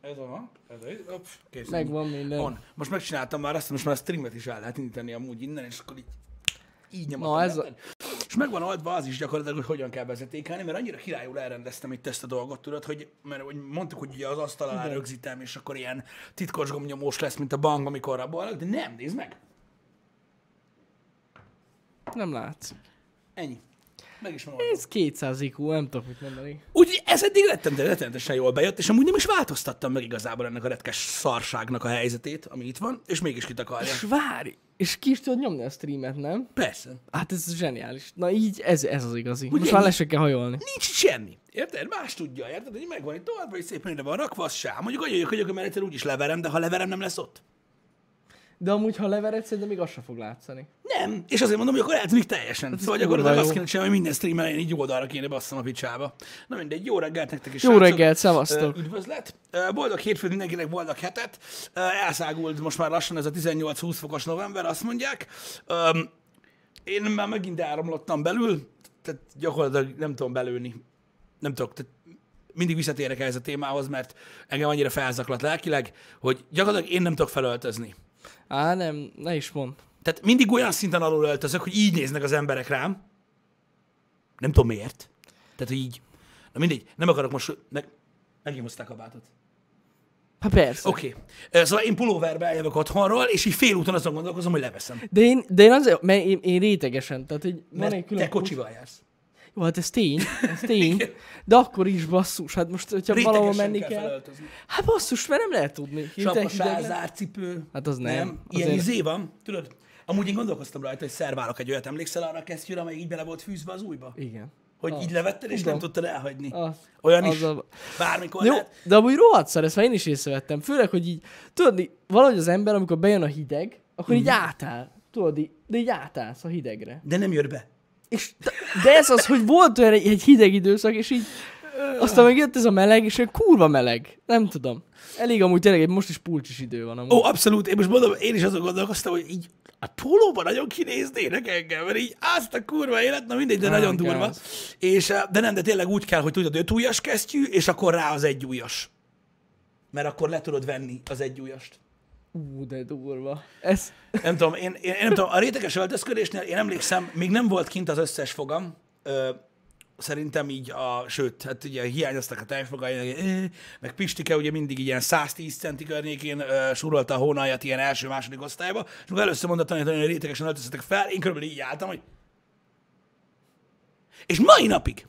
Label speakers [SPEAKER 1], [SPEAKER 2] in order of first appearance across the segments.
[SPEAKER 1] Ez van, ez a Op, kész.
[SPEAKER 2] Megvan minden.
[SPEAKER 1] Van. Most megcsináltam már azt, most már a streamet is el lehet indítani amúgy innen, és akkor így, így nyomatom.
[SPEAKER 2] Na, ez a-
[SPEAKER 1] érted? És megvan adva az is gyakorlatilag, hogy hogyan kell vezetékelni, mert annyira királyul elrendeztem itt ezt a dolgot, tudod, hogy, mert hogy mondtuk, hogy ugye az asztal alá rögzítem, és akkor ilyen titkos gomnyomós lesz, mint a bank, amikor rabolnak, de nem, nézd meg.
[SPEAKER 2] Nem látszik.
[SPEAKER 1] Ennyi. Meg is van oldva.
[SPEAKER 2] Ez 200 IQ, nem tudok mit mondani.
[SPEAKER 1] Úgyhogy ez eddig rettente- rettenetesen jól bejött, és amúgy nem is változtattam meg igazából ennek a retkes szarságnak a helyzetét, ami itt van, és mégis kitakarja.
[SPEAKER 2] És várj! És ki is tudod nyomni a streamet, nem?
[SPEAKER 1] Persze.
[SPEAKER 2] Hát ez zseniális. Na így, ez, ez az igazi. Most
[SPEAKER 1] Ugye?
[SPEAKER 2] már le se kell hajolni.
[SPEAKER 1] Nincs itt semmi. Érted? Más tudja, érted? Hogy megvan itt tovább, hogy szépen ide van rakva, az sem. Mondjuk annyi vagyok, hogy akkor már egyszer úgy is leverem, de ha leverem, nem lesz ott.
[SPEAKER 2] De amúgy, ha levered, szerintem még az se fog látszani.
[SPEAKER 1] Nem. És azért mondom, hogy akkor eltűnik teljesen. Szóval gyakorlatilag
[SPEAKER 2] kurva
[SPEAKER 1] azt
[SPEAKER 2] jó.
[SPEAKER 1] kéne csinálni, hogy minden streamen én így oldalra kéne basszam a picsába. Na mindegy, jó reggelt nektek is.
[SPEAKER 2] Jó
[SPEAKER 1] srácok.
[SPEAKER 2] reggelt, szevasztok.
[SPEAKER 1] Ö, Üdvözlet. Ö, Boldog hétfőt mindenkinek, boldog hetet. Ö, Elszágult most már lassan ez a 18-20 fokos november, azt mondják. Öm, Én már megint áramlottam belül, tehát gyakorlatilag nem tudom belőni. Nem tudok, tehát mindig visszatérek ehhez a témához, mert engem annyira felzaklat lelkileg, hogy gyakorlatilag én nem tudok felöltözni.
[SPEAKER 2] Á, nem, ne is mond.
[SPEAKER 1] Tehát mindig olyan szinten alul öltözök, hogy így néznek az emberek rám. Nem tudom miért. Tehát, hogy így. Na mindegy, nem akarok most... Meg... Megint hozták a bátot.
[SPEAKER 2] Hát persze.
[SPEAKER 1] Oké. Okay. Szóval én pulóverbe eljövök otthonról, és így félúton azon gondolkozom, hogy leveszem.
[SPEAKER 2] De én, de én azért, mert én, én rétegesen, tehát hogy van egy
[SPEAKER 1] Mert
[SPEAKER 2] külön
[SPEAKER 1] te kocsival jársz.
[SPEAKER 2] kocsi- Jó, hát ez tény, ez tény. de akkor is basszus, hát most, hogyha valahol
[SPEAKER 1] Rétegesen
[SPEAKER 2] menni kell.
[SPEAKER 1] felöltözni.
[SPEAKER 2] Hát basszus, mert nem lehet tudni. Hirtelen
[SPEAKER 1] Csappa,
[SPEAKER 2] hideg lesz.
[SPEAKER 1] sázár, cipő.
[SPEAKER 2] Hát az nem.
[SPEAKER 1] Ilyen
[SPEAKER 2] Azért-
[SPEAKER 1] izé van, tudod? Amúgy én gondolkoztam rajta, hogy szerválok egy olyat. Emlékszel arra a kesztyűre, amely így bele volt fűzve az újba?
[SPEAKER 2] Igen.
[SPEAKER 1] Hogy így levetted, és
[SPEAKER 2] Ah, Tudom.
[SPEAKER 1] nem tudtad elhagyni.
[SPEAKER 2] Az.
[SPEAKER 1] Olyan
[SPEAKER 2] Az
[SPEAKER 1] is.
[SPEAKER 2] a-
[SPEAKER 1] Bármikor
[SPEAKER 2] Jó,
[SPEAKER 1] lehet.
[SPEAKER 2] de amúgy rohadt szar, ezt már én is észrevettem. Főleg, hogy így, tudod, így- valahogy az ember, amikor bejön a hideg, akkor
[SPEAKER 1] Mhm.
[SPEAKER 2] így átáll. Tudod, így, de így átállsz a hidegre.
[SPEAKER 1] De nem jött be.
[SPEAKER 2] És, de- de ez az, hogy volt olyan egy, egy hideg időszak, és így aztán meg jött ez a meleg, és olyan kurva meleg. Nem tudom. Elég amúgy tényleg, egy- most is pulcsis idő van amúgy.
[SPEAKER 1] Ó, abszolút. Én most mondom, én is azon gondolkoztam, hogy így a pólóban nagyon kinéznének engem, mert így azt a kurva élet, na mindegy, de
[SPEAKER 2] Á,
[SPEAKER 1] nagyon
[SPEAKER 2] gáz.
[SPEAKER 1] durva. És, eh, de nem, de tényleg úgy kell, hogy tudod, öt ujjas kesztyű, és akkor rá az egy ujjas. Mert akkor le tudod venni az egy ujjast.
[SPEAKER 2] Ú, de durva. Ez,
[SPEAKER 1] Nem tudom, én, én, én nem tudom, a réteges öltözködésnél én emlékszem, még nem volt kint az összes fogam, ö, szerintem így a, sőt, hát ugye hiányoztak a tejfogai, ö, meg Pistike ugye mindig ilyen 110 centi környékén ö, surolta a hónalját ilyen első-második osztályba, és akkor először mondott tanítani, hogy rétegesen öltöztetek fel, én körülbelül így álltam, hogy és mai napig,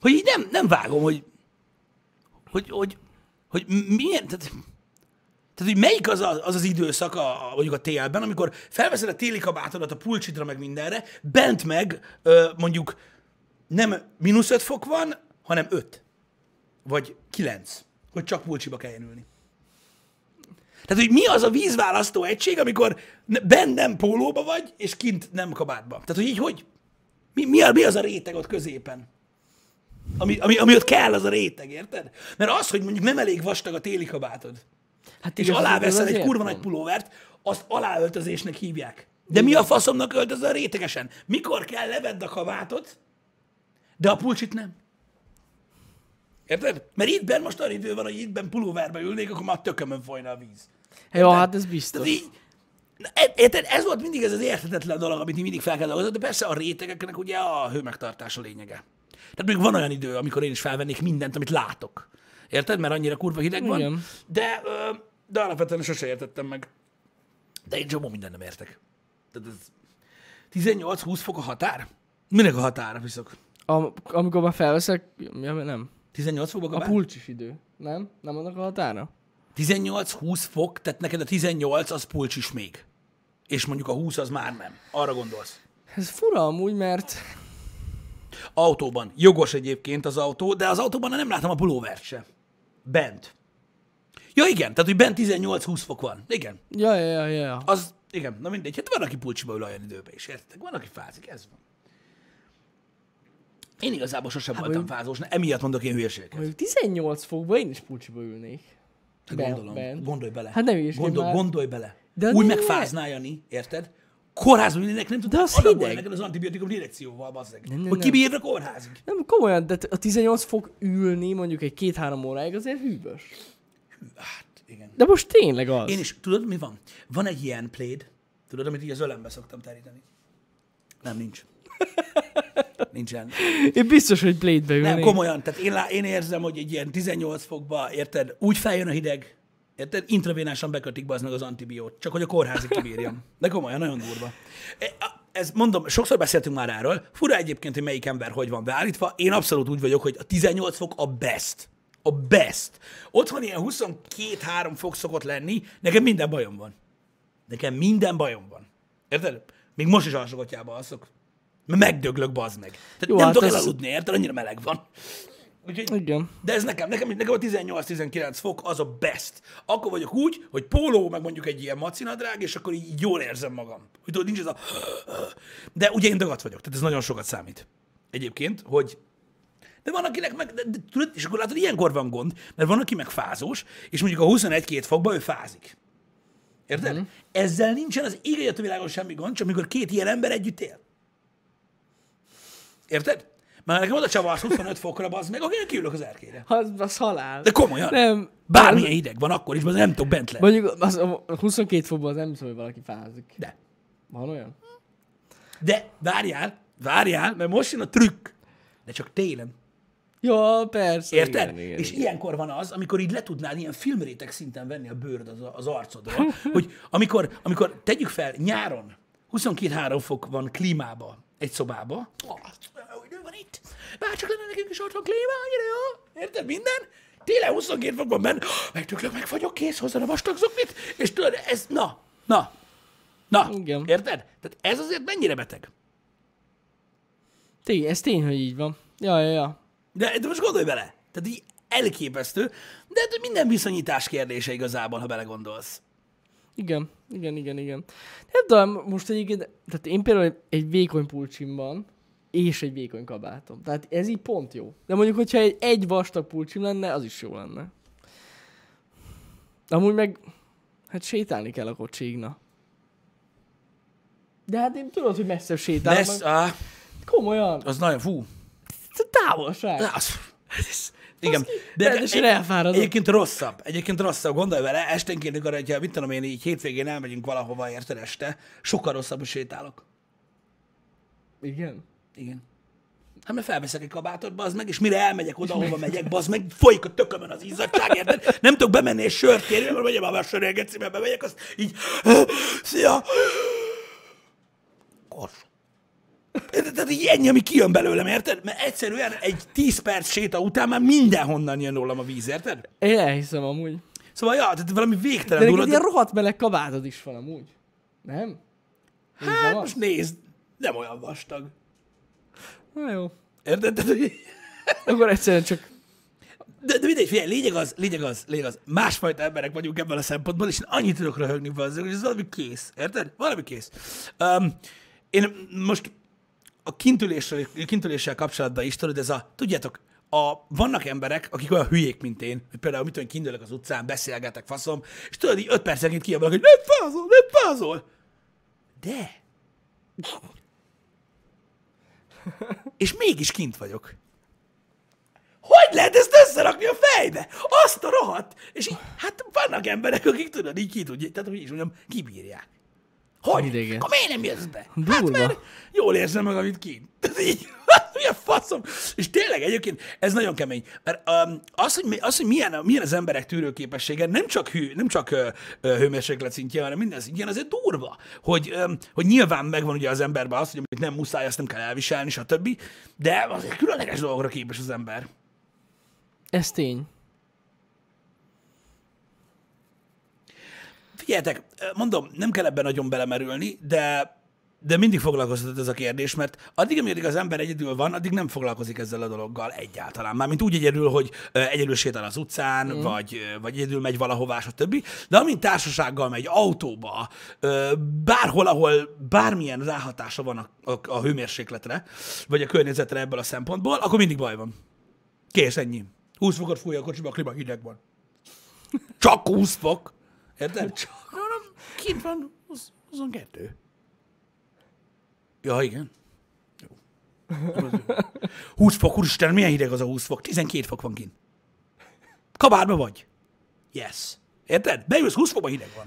[SPEAKER 1] hogy így nem, nem vágom, hogy hogy, hogy, hogy milyen, tehát, tehát, hogy melyik az a, az, az időszak a, a, mondjuk a télben, amikor felveszed a téli kabátodat a pulcsidra, meg mindenre, bent meg ö, mondjuk nem mínusz 5 fok van, hanem 5. Vagy 9. Hogy csak pulcsiba kelljen ülni. Tehát, hogy mi az a vízválasztó egység, amikor ne- bent nem pólóba vagy, és kint nem kabátba. Tehát, hogy így hogy? Mi, mi, a, mi az a réteg ott középen? Ami, ami, ami ott kell, az a réteg, érted? Mert az, hogy mondjuk nem elég vastag a téli kabátod,
[SPEAKER 2] hát
[SPEAKER 1] és
[SPEAKER 2] igaz,
[SPEAKER 1] aláveszel
[SPEAKER 2] ez
[SPEAKER 1] egy
[SPEAKER 2] azért
[SPEAKER 1] kurva
[SPEAKER 2] van.
[SPEAKER 1] nagy pulóvert, azt aláöltözésnek hívják. De mi a faszomnak öltözöl rétegesen? Mikor kell levedd a kabátot, de a pulcsit nem? Érted? Mert itt benn most olyan idő van, hogy itt benn pulóverbe ülnék, akkor már a tökömön folyna a víz.
[SPEAKER 2] Jó, hát ez
[SPEAKER 1] Tehát
[SPEAKER 2] biztos.
[SPEAKER 1] így, Na, e- érted? Ez volt mindig ez az érthetetlen dolog, amit mi mindig fel kell dolgozni, de persze a rétegeknek ugye a hőmegtartása lényege. Tehát még van olyan idő, amikor én is felvennék mindent, amit látok. Érted? Mert annyira kurva hideg van.
[SPEAKER 2] Igen.
[SPEAKER 1] De, ö, de alapvetően sose értettem meg. De én csomó mindent nem értek. Tehát ez 18-20 fok a határ? Minek a határa viszok?
[SPEAKER 2] Am- amikor már felveszek, ja, nem.
[SPEAKER 1] 18 fokba
[SPEAKER 2] A
[SPEAKER 1] kabát?
[SPEAKER 2] pulcsis idő. Nem? Nem annak a határa?
[SPEAKER 1] 18-20 fok, tehát neked a 18 az pulcs is még. És mondjuk a 20 az már nem. Arra gondolsz.
[SPEAKER 2] Ez fura amúgy, mert
[SPEAKER 1] Autóban. Jogos egyébként az autó, de az autóban nem látom a pulóvert se. Bent. Ja, igen, tehát, hogy bent 18-20 fok van. Igen,
[SPEAKER 2] Ja, ja, ja, ja, ja.
[SPEAKER 1] az, igen, na mindegy. Hát van, aki pulcsiba ül olyan időben is, értitek? Van, aki fázik, ez van. Én igazából sosem
[SPEAKER 2] Hát,
[SPEAKER 1] voltam fázós, emiatt mondok én hülyeségeket.
[SPEAKER 2] Mondjuk 18 fokban én is pulcsiba ülnék.
[SPEAKER 1] Hát
[SPEAKER 2] Ben-
[SPEAKER 1] gondolom,
[SPEAKER 2] bent.
[SPEAKER 1] gondolj bele.
[SPEAKER 2] Hát nem hülyeskedj
[SPEAKER 1] Gondol,
[SPEAKER 2] már.
[SPEAKER 1] Gondolj bele.
[SPEAKER 2] De
[SPEAKER 1] Úgy
[SPEAKER 2] ne!
[SPEAKER 1] megfáznál, Jani, érted? kórházban mindenek nem tudták
[SPEAKER 2] az
[SPEAKER 1] adagolni
[SPEAKER 2] hideg.
[SPEAKER 1] neked az antibiotikum direkcióval, bazzeg.
[SPEAKER 2] nem,
[SPEAKER 1] hogy
[SPEAKER 2] nem.
[SPEAKER 1] kibírd a kórházig.
[SPEAKER 2] Nem, komolyan, de a 18 fok ülni mondjuk egy két-három óráig azért hűvös.
[SPEAKER 1] Hát, igen.
[SPEAKER 2] De most tényleg az.
[SPEAKER 1] Én is, tudod, mi van? Van egy ilyen pléd, tudod, amit így az ölembe szoktam teríteni. Nem, nincs. Nincsen.
[SPEAKER 2] Én biztos, hogy blade ülnék.
[SPEAKER 1] Nem, komolyan. Tehát én, lá- én érzem, hogy egy ilyen 18 fokba, érted, úgy feljön a hideg, érted, intravénásan bekötik be az meg az antibiót, csak hogy a kórházi kibírjam. De komolyan, nagyon durva. E- a- Ez mondom, sokszor beszéltünk már erről, fura egyébként, hogy melyik ember hogy van beállítva. Én abszolút úgy vagyok, hogy a 18 fok a best. A best. Otthon ilyen 22-3 fok szokott lenni, nekem minden bajom van. Nekem minden bajom van. Érted? Még most is alsógatjába alszok. Mert megdöglök, bazd meg. Tehát
[SPEAKER 2] Jó,
[SPEAKER 1] nem
[SPEAKER 2] hát
[SPEAKER 1] tudok
[SPEAKER 2] ez-
[SPEAKER 1] elaludni, érted? Annyira meleg van. Úgyhogy,
[SPEAKER 2] Igen.
[SPEAKER 1] de ez nekem, nekem, nekem a 18-19 fok az a best. Akkor vagyok úgy, hogy póló, meg mondjuk egy ilyen macinadrág, és akkor így jól érzem magam. Hogy tudod, nincs ez a... De ugye én dagadt vagyok, tehát ez nagyon sokat számít. Egyébként, hogy de van, akinek meg, de, de, tudod, és akkor látod, ilyenkor van gond, mert van, aki meg fázós, és mondjuk a 21-2 fokban ő fázik. Érted? Mm. Ezzel nincsen az ég a világon semmi gond, csak amikor két ilyen ember együtt él. Érted? Mert nekem oda csavarsz 25 fokra, bazd meg, akkor én kiülök az erkére.
[SPEAKER 2] Az, az halál.
[SPEAKER 1] De komolyan.
[SPEAKER 2] Nem.
[SPEAKER 1] Bármilyen hideg van, akkor is, bazd, nem tudok bent lenni.
[SPEAKER 2] Mondjuk az, a 22 fokban az nem hiszem, hogy valaki fázik.
[SPEAKER 1] De.
[SPEAKER 2] Van olyan?
[SPEAKER 1] De várjál, várjál, mert most jön a trükk. De csak télen.
[SPEAKER 2] Ja, persze.
[SPEAKER 1] Érted?
[SPEAKER 2] Igen, igen,
[SPEAKER 1] és
[SPEAKER 2] igen.
[SPEAKER 1] ilyenkor van az, amikor így le tudnád ilyen filmréteg szinten venni a bőröd az, az arcodra, hogy amikor, amikor tegyük fel nyáron, 22-3 fok van klímába, egy szobába, Ah, hogy mi van itt, bárcsak lenne nekünk is otthon klíma, annyira jó, érted minden? Télen 22 fok van benne, megtöklök, meg vagyok, kész, hozzá a vastag zoknit, és tudod, ez, na, na, na,
[SPEAKER 2] Igen.
[SPEAKER 1] érted? Tehát ez azért mennyire beteg.
[SPEAKER 2] Tény, ez tény, hogy így van. Ja, ja, ja.
[SPEAKER 1] De, de most gondolj bele, tehát így elképesztő, de hát minden viszonyítás kérdése igazából, ha belegondolsz.
[SPEAKER 2] Igen, igen, igen, igen. Nem tudom, most egyébként, tehát én például egy vékony pulcsim van, és egy vékony kabátom. Tehát ez így pont jó. De mondjuk, hogyha egy, egy vastag pulcsim lenne, az is jó lenne. Amúgy meg, hát sétálni kell a kocsigna. De hát én tudod, hogy messze
[SPEAKER 1] De
[SPEAKER 2] sétálok.
[SPEAKER 1] ez,
[SPEAKER 2] meg-
[SPEAKER 1] á,
[SPEAKER 2] Komolyan.
[SPEAKER 1] az nagyon fú.
[SPEAKER 2] Ez a távolság.
[SPEAKER 1] Á, Az, ez, igen.
[SPEAKER 2] Rendesen elfáradok.
[SPEAKER 1] egyébként rosszabb. Egyébként rosszabb. Gondolj vele, esténként, amikor, hogyha, mit tudom én, így hétvégén elmegyünk valahova, érted este, sokkal rosszabb, hogy sétálok.
[SPEAKER 2] Igen.
[SPEAKER 1] Igen. Hát mert felveszek egy kabátot, bazd meg, és mire elmegyek oda, hova megyek, bazd meg, folyik a tökömön az izzadság, érted? Nem tudok bemenni és sört kérni, mert megyem már sörrel, geci, mert bemegyek, azt így, szia! Kors. Érted? Tehát így ennyi, ami kijön belőlem, érted? Mert egyszerűen egy 10 perc séta után már mindenhonnan jön rólam a víz, érted?
[SPEAKER 2] Én elhiszem amúgy.
[SPEAKER 1] Szóval, ja, tehát valami
[SPEAKER 2] De
[SPEAKER 1] végtelen
[SPEAKER 2] neked ilyen
[SPEAKER 1] durva.
[SPEAKER 2] rohadt meleg kabátod is van amúgy. Nem?
[SPEAKER 1] Hát most nézd, nem olyan vastag.
[SPEAKER 2] Na jó.
[SPEAKER 1] Érted? Tehát, hogy-
[SPEAKER 2] Akkor egyszerűen csak
[SPEAKER 1] De, de mindegy, figyelj, lényeg az, lényeg az, lényeg az, másfajta emberek vagyunk ebben a szempontból, és én annyit tudok röhögni valószínűleg, hogy ez valami kész, érted? Valami kész. Um, én most a kintüléssel, a kintüléssel kapcsolatban is tudod, ez a, tudjátok, a, vannak emberek, akik olyan hülyék, mint én, hogy például mit tudom, kindülök az utcán, beszélgetek, faszom, és tudod, így öt percenként kiabálok, hogy nem fázol, nem fázol. De. És mégis kint vagyok. Hogy lehet ezt összerakni a fejbe? Azt a rohadt! És így, hát vannak emberek, akik tudod, így ki tudják, tehát hogy is mondjam, kibírják. Hogy?
[SPEAKER 2] Idegen.
[SPEAKER 1] Akkor miért nem jössz be? Hát
[SPEAKER 2] Durva.
[SPEAKER 1] mert jól érzem magam itt kint. Tehát így, hát mi a faszom? És tényleg egyébként ez nagyon kemény. Mert um, az, hogy, mi- az, hogy milyen, a- milyen, az emberek tűrőképessége, nem csak, hű, nem csak ö, ö, hőmérséklet szintje, hanem minden szintjén, azért durva, hogy, öm, hogy nyilván megvan ugye az emberben az, hogy amit nem muszáj, azt nem kell elviselni, stb. De azért különleges dolgokra képes az ember.
[SPEAKER 2] ez tény.
[SPEAKER 1] Figyeljetek, mondom, nem kell ebben nagyon belemerülni, de, de mindig foglalkoztat ez a kérdés, mert addig, amíg az ember egyedül van, addig nem foglalkozik ezzel a dologgal egyáltalán. Mármint úgy egyedül, hogy ö, egyedül sétál az utcán, mm. vagy, ö, vagy egyedül megy valahová, stb. De amint társasággal megy, autóba, ö, bárhol, ahol bármilyen ráhatása van a, a, a hőmérsékletre, vagy a környezetre ebből a szempontból, akkor mindig baj van. Kész, ennyi. 20 fokot fúj a kocsiba, a klíma hideg van. Csak 20 fok. Érted? Csak. Kint van 22. Ja, igen. Jó. 20 fok, úristen, milyen hideg az a 20 fok? 12 fok van kint. Kabárba vagy. Yes. Érted? Bejössz, 20 fokban hideg van.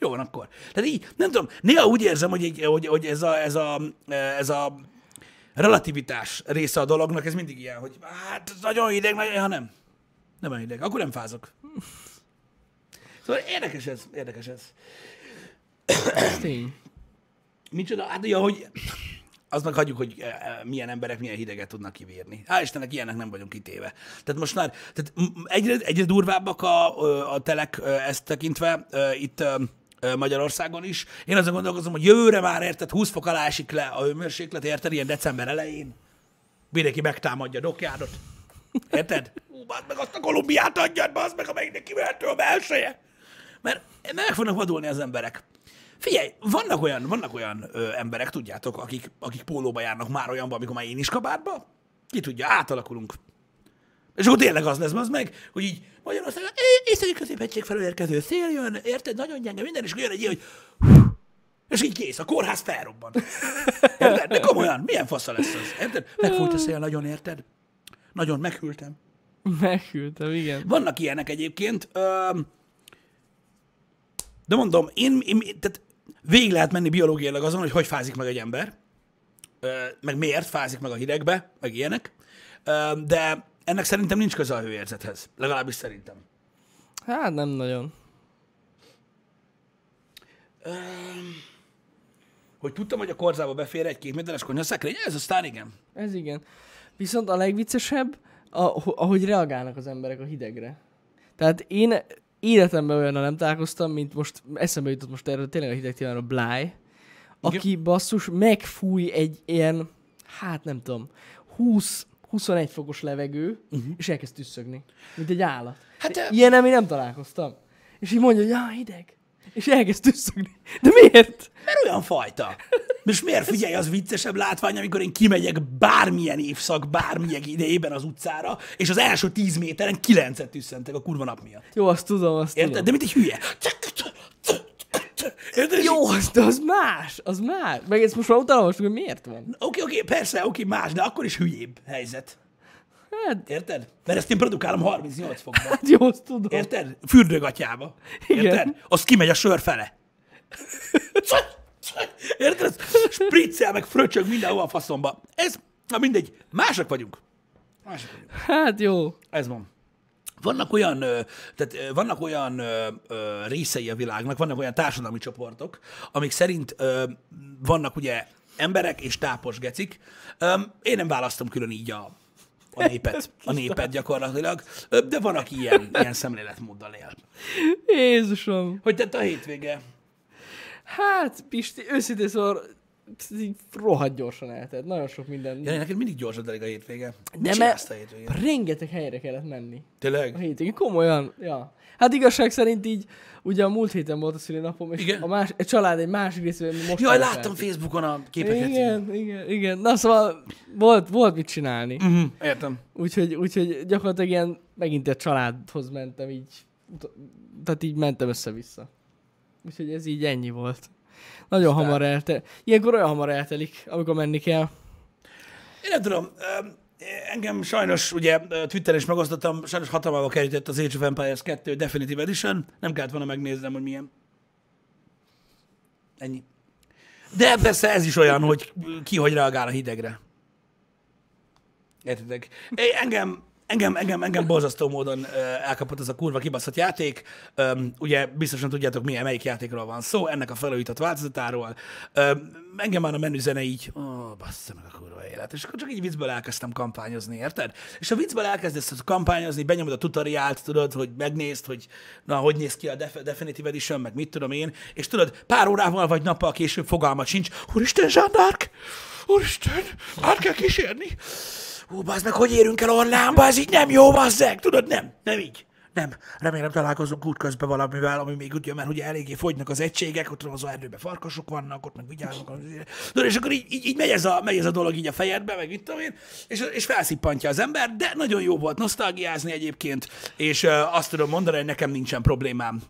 [SPEAKER 1] Jó van akkor. Tehát így, nem tudom, néha úgy érzem, hogy, egy- hogy, hogy ez, a, ez, a, ez a relativitás része a dolognak, ez mindig ilyen, hogy hát nagyon hideg, nagyon, ha nem. Nem olyan hideg, akkor nem fázok. Szóval érdekes ez, érdekes ez.
[SPEAKER 2] Ez tény.
[SPEAKER 1] Micsoda? Hát ugye, hogy azt meg hagyjuk, hogy eh, eh, milyen emberek milyen hideget tudnak kivírni. Hál' Istennek ilyenek nem vagyunk kitéve. Tehát most már tehát m- m- egyre, egyre durvábbak a, ö, a telek ö, ezt tekintve ö, itt ö, ö, Magyarországon is. Én azon gondolkozom, hogy jövőre már érted, 20 fok alá esik le a hőmérséklet, érted, ilyen december elején. Mindenki megtámadja a dokjádot. Érted? Ú, bazd meg azt a Kolumbiát adjad, bazd meg, amelyiknek kivehető a belseje. Mert meg fognak vadulni az emberek. Figyelj, vannak olyan, vannak olyan ö, emberek, tudjátok, akik, akik pólóba járnak már olyanba, amikor már én is kabátba. Ki tudja, átalakulunk. És akkor tényleg az lesz, az meg, hogy így Magyarországon é- északi középhegység felől érkező szél jön, érted, nagyon gyenge minden, és akkor jön egy ilyen, hogy és így kész, a kórház felrobban. Érted? De komolyan, milyen fasza lesz az? Érted? Megfújt a szél, nagyon érted? Nagyon meghűltem.
[SPEAKER 2] Meghűltem, igen.
[SPEAKER 1] Vannak ilyenek egyébként. Öm, De mondom, én, én tehát végig lehet menni biológiailag azon, hogy hogy fázik meg egy ember, Ö, meg miért fázik meg a hidegbe, meg ilyenek, Öm, de ennek szerintem nincs köze a hőérzethez. Legalábbis szerintem.
[SPEAKER 2] Hát nem nagyon.
[SPEAKER 1] Hogy tudtam, hogy a korzába befér egy két méteres konyhaszekrény, ez aztán igen.
[SPEAKER 2] Ez igen. Viszont a legviccesebb, a- ahogy reagálnak az emberek a hidegre. Tehát én életemben olyannal nem találkoztam, mint most eszembe jutott most erről tényleg a hideg témáról Bly, aki basszus megfúj egy ilyen, hát nem tudom, 20-21 fokos levegő, uh-huh. és elkezd tüsszögni, mint egy állat.
[SPEAKER 1] Hát,
[SPEAKER 2] Hát,
[SPEAKER 1] ö-
[SPEAKER 2] Ilyen nem, én nem találkoztam. És így mondja, hogy ja, hideg. És elkezd tüsszögni. De miért?
[SPEAKER 1] Mert olyan fajta. És miért figyelj, az viccesebb látvány, amikor én kimegyek bármilyen évszak, bármilyen idejében az utcára, és az első tíz méteren kilencet tüsszentek a kurva nap miatt.
[SPEAKER 2] Jó, azt tudom, azt
[SPEAKER 1] Érted?
[SPEAKER 2] tudom.
[SPEAKER 1] De mint egy hülye. Érted? És így-
[SPEAKER 2] Jó, az, de az más, az más. Meg ezt most már utána most, hogy miért van.
[SPEAKER 1] Oké, oké, persze, oké, más, de akkor is hülyébb helyzet.
[SPEAKER 2] Hát,
[SPEAKER 1] Érted? Mert ezt én produkálom 38 fokban.
[SPEAKER 2] hát jó, azt tudom.
[SPEAKER 1] Érted? Fürdőgatjába.
[SPEAKER 2] Igen.
[SPEAKER 1] Érted? Az kimegy a sör fele. Érted? Spriccel, meg fröcsög mindenhol a faszomba. Ez, na mindegy, mások vagyunk. Mások vagyunk.
[SPEAKER 2] Hát jó.
[SPEAKER 1] Ez van. Vannak olyan, ö, tehát ö, vannak olyan ö, ö, részei a világnak, vannak olyan társadalmi csoportok, amik szerint ö, vannak ugye emberek és tápos gecik. Öm, Én nem választom külön így a, a népet, a népet gyakorlatilag, Ö, de van, aki ilyen, ilyen szemléletmóddal él.
[SPEAKER 2] Jézusom.
[SPEAKER 1] Hogy tett a hétvége?
[SPEAKER 2] Hát, Pisti, őszintén szóval psz, így rohadt gyorsan eltelt. Nagyon sok minden.
[SPEAKER 1] Ja, neked mindig gyorsan telik a hétvége. Mit
[SPEAKER 2] mert-
[SPEAKER 1] csinálsz a hétvégén?
[SPEAKER 2] Rengeteg helyre kellett menni. A
[SPEAKER 1] Tényleg?
[SPEAKER 2] hétig, komolyan, ja. Hát igazság szerint így, ugye a múlt héten volt a szülinapom, és
[SPEAKER 1] Igen.
[SPEAKER 2] a, más, a család egy másik részében most...
[SPEAKER 1] Jaj,
[SPEAKER 2] állt
[SPEAKER 1] láttam
[SPEAKER 2] el.
[SPEAKER 1] Facebookon a képeket.
[SPEAKER 2] Igen, igen, igen. Na szóval volt, volt mit csinálni.
[SPEAKER 1] Mhm, Értem.
[SPEAKER 2] Úgyhogy, úgyhogy gyakorlatilag ilyen megint a családhoz mentem így, ut- tehát így mentem össze-vissza. Úgyhogy ez így ennyi volt. Nagyon Sztár. hamar elte. Ilyenkor olyan hamar eltelik, amikor menni kell.
[SPEAKER 1] Én nem tudom, öm, engem sajnos, ugye ö, Twitteren is megosztottam, sajnos hatalmába kerített az Age of Empires 2 Definitive Edition, nem kellett volna megnéznem, hogy milyen. Ennyi. De persze ez is olyan, hogy ki hogy reagál a hidegre. Értitek? É, Engem, engem, engem, engem borzasztó módon ö, elkapott ez a kurva kibaszott játék. Öm, ugye biztosan tudjátok, milyen, melyik játékról van szó, ennek a felújított változatáról. Öm, engem már a menüzene így, ó, bassza meg a kurva élet. És akkor csak így viccből elkezdtem kampányozni, érted? És a viccből elkezdesz kampányozni, benyomod a tutoriált, tudod, hogy megnézd, hogy na, hogy néz ki a Def- Definitive Edition, meg mit tudom én, és tudod, pár órával vagy nappal később fogalmat sincs, úristen, Zsandark! Úristen, át kell kísérni! hú, bazd meg, hogy érünk el Orlánba, ez így nem jó, bazzeg, tudod, nem, nem így. Nem, remélem találkozunk útközben valamivel, ami még ugye, mert ugye eléggé fogynak az egységek, ott az erdőben farkasok vannak, ott meg vigyáznak. De és akkor így, így, így megy, ez a, megy ez a dolog így a fejedbe, meg mit tudom én, és, és felszippantja az ember, de nagyon jó volt nosztalgiázni egyébként, és uh, azt tudom mondani, hogy nekem nincsen problémám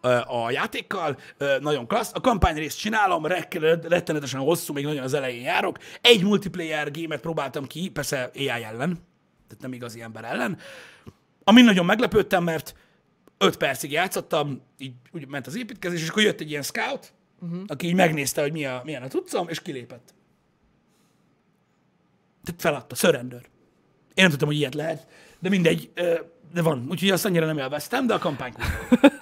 [SPEAKER 1] ö, a játékkal, ö, nagyon klassz. A kampányrészt csinálom, rek- rettenetesen hosszú, még nagyon az elején járok. Egy multiplayer gémet próbáltam ki, persze AI ellen, tehát nem igazi ember ellen. Amin nagyon meglepődtem, mert 5 percig játszottam, így úgy ment az építkezés, és akkor jött egy ilyen scout, uh-huh. aki így megnézte, hogy mi a, milyen a tudszom, és kilépett. Tehát feladta, surrender. Én nem tudtam, hogy ilyet lehet, de mindegy, ö, de van. Úgyhogy azt annyira nem élveztem, de a kampány kurva.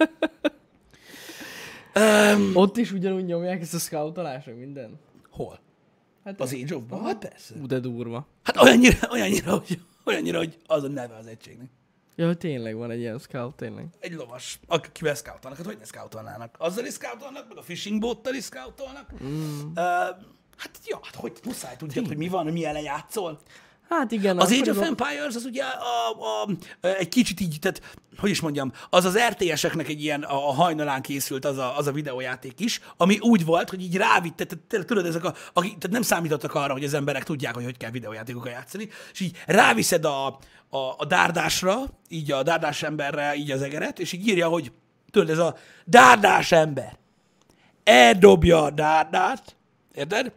[SPEAKER 2] Ott is ugyanúgy nyomják ezt a scoutolást, meg minden.
[SPEAKER 1] Hol?
[SPEAKER 2] Hát
[SPEAKER 1] Az Age of Hát persze.
[SPEAKER 2] Ú, de durva.
[SPEAKER 1] Hát olyannyira, olyannyira, hogy, olyannyira, hogy az a neve az egységnek.
[SPEAKER 2] Ja, hogy tényleg van egy ilyen scout, tényleg.
[SPEAKER 1] Egy lovas, akivel scoutolnak. Hát hogy ne scoutolnának? Azzal is scoutolnak, meg a fishing bottal is scoutolnak. Mm. Uh, hát ja, hát hogy muszáj tudjad, hogy mi van, hogy mi ellen játszol.
[SPEAKER 2] Hát igen.
[SPEAKER 1] Az
[SPEAKER 2] akkor
[SPEAKER 1] Age of
[SPEAKER 2] igaz-
[SPEAKER 1] Empires az ugye a, a, a, egy kicsit így, tehát, hogy is mondjam, az az RTS-eknek egy ilyen a, a hajnalán készült az a, az a videójáték is, ami úgy volt, hogy így rávitte, tehát, tehát tudod, ezek a, akik, tehát nem számítottak arra, hogy az emberek tudják, hogy hogy kell videójátékokkal játszani, és így ráviszed a, a, a dárdásra, így a dárdás emberre, így az egeret, és így írja, hogy tudod, ez a dárdás ember eldobja a dárdát, érted?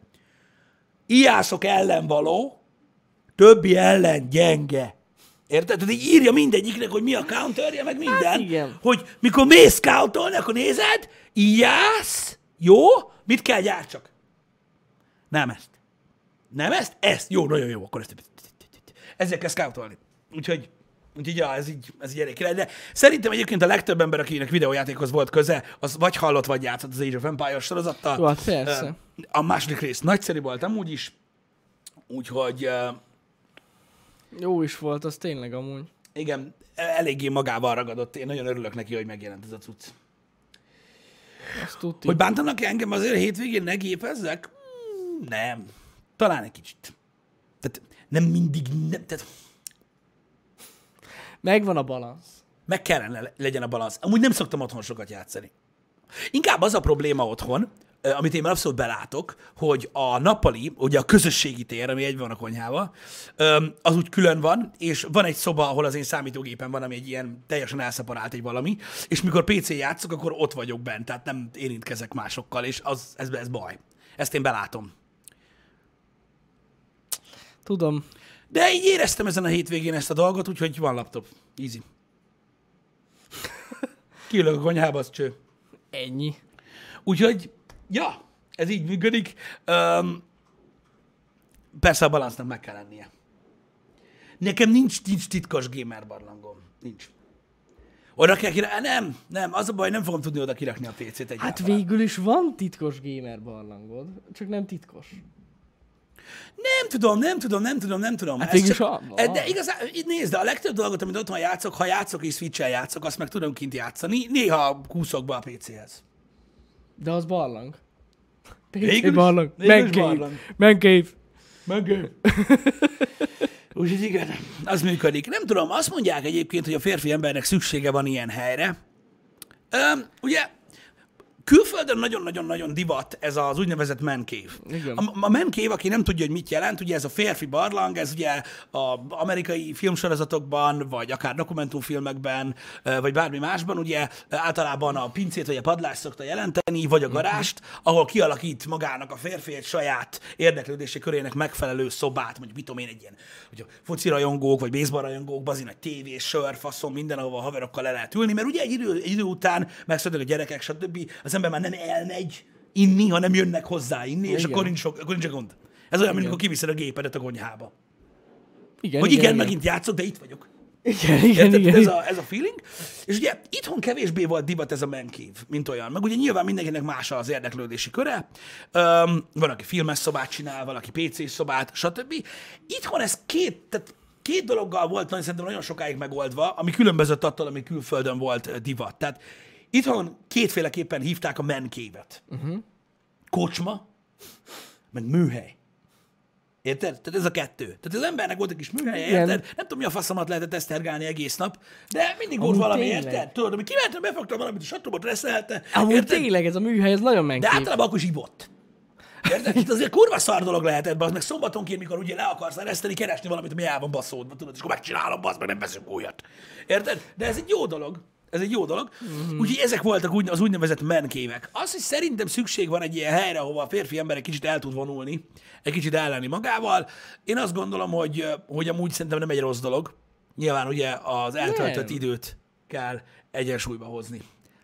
[SPEAKER 1] Ijászok ellen való, többi ellen gyenge. Érted? Tehát így írja mindegyiknek, hogy mi a counterje, meg minden.
[SPEAKER 2] igen.
[SPEAKER 1] Hogy mikor mész countolni, akkor nézed, ijász, jó, mit kell gyártsak? Nem ezt. Nem ezt? Ezt. Jó, nagyon jó, akkor ezt. Ezzel kell scoutolni. Úgyhogy, úgyhogy ja, ez így, ez így elég király. De szerintem egyébként a legtöbb ember, akinek videójátékhoz volt köze, az vagy hallott, vagy játszott az Age of Empires sorozattal.
[SPEAKER 2] Jó, hát persze.
[SPEAKER 1] Ö, A második rész nagyszerű volt amúgy is, úgyhogy ö,
[SPEAKER 2] Jó is volt, az tényleg amúgy.
[SPEAKER 1] igen, e- eléggé magával ragadott. Én nagyon örülök neki, hogy megjelent ez a cucc.
[SPEAKER 2] Azt tudti.
[SPEAKER 1] Hogy bántanak -e engem azért a hétvégén ne gépezzek? Mm, Nem. Talán egy kicsit. Tehát nem mindig, nem, tehát
[SPEAKER 2] Megvan a balansz.
[SPEAKER 1] meg kellene le- legyen a balansz. Amúgy nem szoktam otthon sokat játszani. Inkább az a probléma otthon, ö, amit én már abszolút belátok, hogy a nappali, ugye a közösségi tér, ami egyben van a konyhával, öm, az úgy külön van, és van egy szoba, ahol az én számítógépen van, ami egy ilyen teljesen elszeparált egy valami, és mikor PC játszok, akkor ott vagyok bent, tehát nem érintkezek másokkal, és az, ez, ez baj. Ezt én belátom.
[SPEAKER 2] Tudom.
[SPEAKER 1] De így éreztem ezen a hétvégén ezt a dolgot, úgyhogy van laptop. Easy. Kiülök a konyhába, az cső.
[SPEAKER 2] Ennyi.
[SPEAKER 1] Úgyhogy, ja, ez így működik. Um, persze a balansznak meg kell lennie. Nekem nincs, nincs titkos gamer barlangom. Nincs. Oda kell kirakni? Nem, nem, az a baj, nem fogom tudni oda kirakni a PC-t egyáltalán.
[SPEAKER 2] Hát végül is van titkos gamer barlangod, csak nem titkos.
[SPEAKER 1] Nem tudom, nem tudom, nem tudom, nem tudom. Hát
[SPEAKER 2] végül is van, van.
[SPEAKER 1] De igazán, így nézd, de a legtöbb dolgot, amit otthon játszok, ha játszok és switch játszok, azt meg tudom kint játszani. Néha kúszok be a PC-hez.
[SPEAKER 2] De az barlang.
[SPEAKER 1] Végül
[SPEAKER 2] Végül
[SPEAKER 1] is-
[SPEAKER 2] barlang.
[SPEAKER 1] végül is
[SPEAKER 2] Mancave.
[SPEAKER 1] barlang.
[SPEAKER 2] Mancave.
[SPEAKER 1] Megő. Úgyhogy igen, az működik. Nem tudom, azt mondják egyébként, hogy a férfi embernek szüksége van ilyen helyre. Öm, ugye, külföldön nagyon-nagyon-nagyon divat ez az úgynevezett man cave.
[SPEAKER 2] Igen.
[SPEAKER 1] A, a man cave, aki nem tudja, hogy mit jelent, ugye ez a férfi barlang, ez ugye a amerikai filmsorozatokban, vagy akár dokumentumfilmekben, ö, vagy bármi másban, ugye ö, általában a pincét vagy a padlást szokta jelenteni, vagy a garást, ahol kialakít magának a férfi egy saját érdeklődési körének megfelelő szobát, mondjuk mit tudom én, egy ilyen, hogy a focirajongók, vagy baseballrajongók, bazin nagy tévé, sör, faszom, minden, ahova a haverokkal le lehet ülni, mert ugye egy idő, egy idő után megszületnek a gyerekek, stb. az ember már nem elmegy inni, hanem jönnek hozzá inni, és
[SPEAKER 2] Igen.
[SPEAKER 1] akkor nincs, sok, akkor nincs gond. Ez olyan, mint amikor kiviszed a gépedet a konyhába.
[SPEAKER 2] Igen,
[SPEAKER 1] Hogy igen,
[SPEAKER 2] igen,
[SPEAKER 1] megint játszok, de itt vagyok.
[SPEAKER 2] igen, igen,
[SPEAKER 1] Érted?
[SPEAKER 2] igen,
[SPEAKER 1] Ez
[SPEAKER 2] igen.
[SPEAKER 1] a, ez a feeling. És ugye itthon kevésbé volt divat ez a menkév, mint olyan. Meg ugye nyilván mindenkinek más az érdeklődési köre. Öm, van, aki filmes szobát csinál, valaki PC szobát, stb. Itthon ez két, tehát két dologgal volt nagyon, szerintem nagyon sokáig megoldva, ami különbözött attól, ami külföldön volt ö, divat. Tehát itthon kétféleképpen hívták a menkévet.
[SPEAKER 2] Mhm.
[SPEAKER 1] Uh-huh. Kocsma, meg műhely. Érted? Tehát ez a kettő. Tehát az embernek volt egy kis műhelye,
[SPEAKER 2] Igen.
[SPEAKER 1] érted? Nem tudom, mi a faszomat lehetett esztergálni egész nap, de mindig volt
[SPEAKER 2] Amúgy
[SPEAKER 1] valami,
[SPEAKER 2] tényleg.
[SPEAKER 1] érted? Tudod, ami kimentem, befogtam valamit, és atomot reszelte.
[SPEAKER 2] Amúgy
[SPEAKER 1] érted?
[SPEAKER 2] tényleg ez a műhely, ez nagyon
[SPEAKER 1] De
[SPEAKER 2] menkép.
[SPEAKER 1] általában akkor zsibott. Érted? Itt azért kurva szar dolog lehetett, bazd meg szombatonként, mikor ugye le akarsz ereszteni, keresni valamit, ami el van baszódva, tudod, és akkor megcsinálom, bazd meg, nem veszünk újat. Érted? De ez egy jó dolog. Ez egy jó dolog. Mm-hmm. Úgyhogy ezek voltak úgy, az úgynevezett menkévek. Az, hogy szerintem szükség van egy ilyen helyre, ahova a férfi ember egy kicsit el tud vonulni, egy kicsit ellenni magával. Én azt gondolom, hogy, hogy amúgy szerintem nem egy rossz dolog. Nyilván ugye az eltöltött
[SPEAKER 2] Nem.
[SPEAKER 1] időt kell egyensúlyba hozni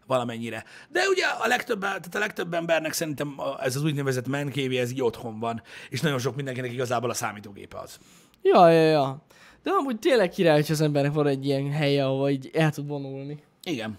[SPEAKER 1] valamennyire. De ugye a legtöbb, tehát a legtöbb embernek szerintem a- ez az úgynevezett menkévé, ez így otthon van, és nagyon sok mindenkinek igazából a számítógépe az.
[SPEAKER 2] Ja, ja, ja. De amúgy tényleg király, hogy az embernek van egy ilyen helye, ahova így el tud vonulni.
[SPEAKER 1] Igen.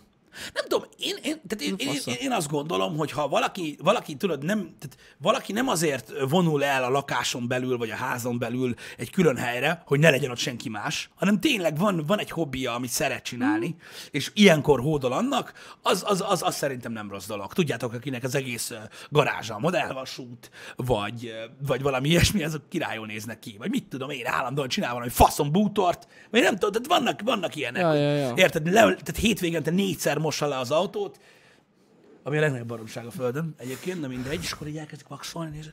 [SPEAKER 1] Nem tudom, én, én, tehát én, én,
[SPEAKER 2] Hm, Fasza.
[SPEAKER 1] én, én azt gondolom, hogy ha valaki, valaki, tudod, nem, tehát valaki nem azért vonul el a lakáson belül, vagy a házon belül egy külön helyre, hogy ne legyen ott senki más, hanem tényleg van, van egy hobbija, amit szeret
[SPEAKER 2] Hm.
[SPEAKER 1] csinálni, és ilyenkor hódol annak, az, az, az, az szerintem nem rossz dolog. Tudjátok, akinek az egész ö, garázsa a modellvasút, vagy, ö, vagy valami ilyesmi, azok királyon néznek ki, vagy mit tudom én, állandóan csinál valami faszom bútort, vagy nem tudom, tehát vannak, vannak ilyenek.
[SPEAKER 2] Ja, ja, ja.
[SPEAKER 1] Érted? Le, tehát hétvégen te négyszer mossa le az autót, ami a legnagyobb baromság a Földön egyébként, de mindegy, és akkor így elkezdik maxolni, nézd.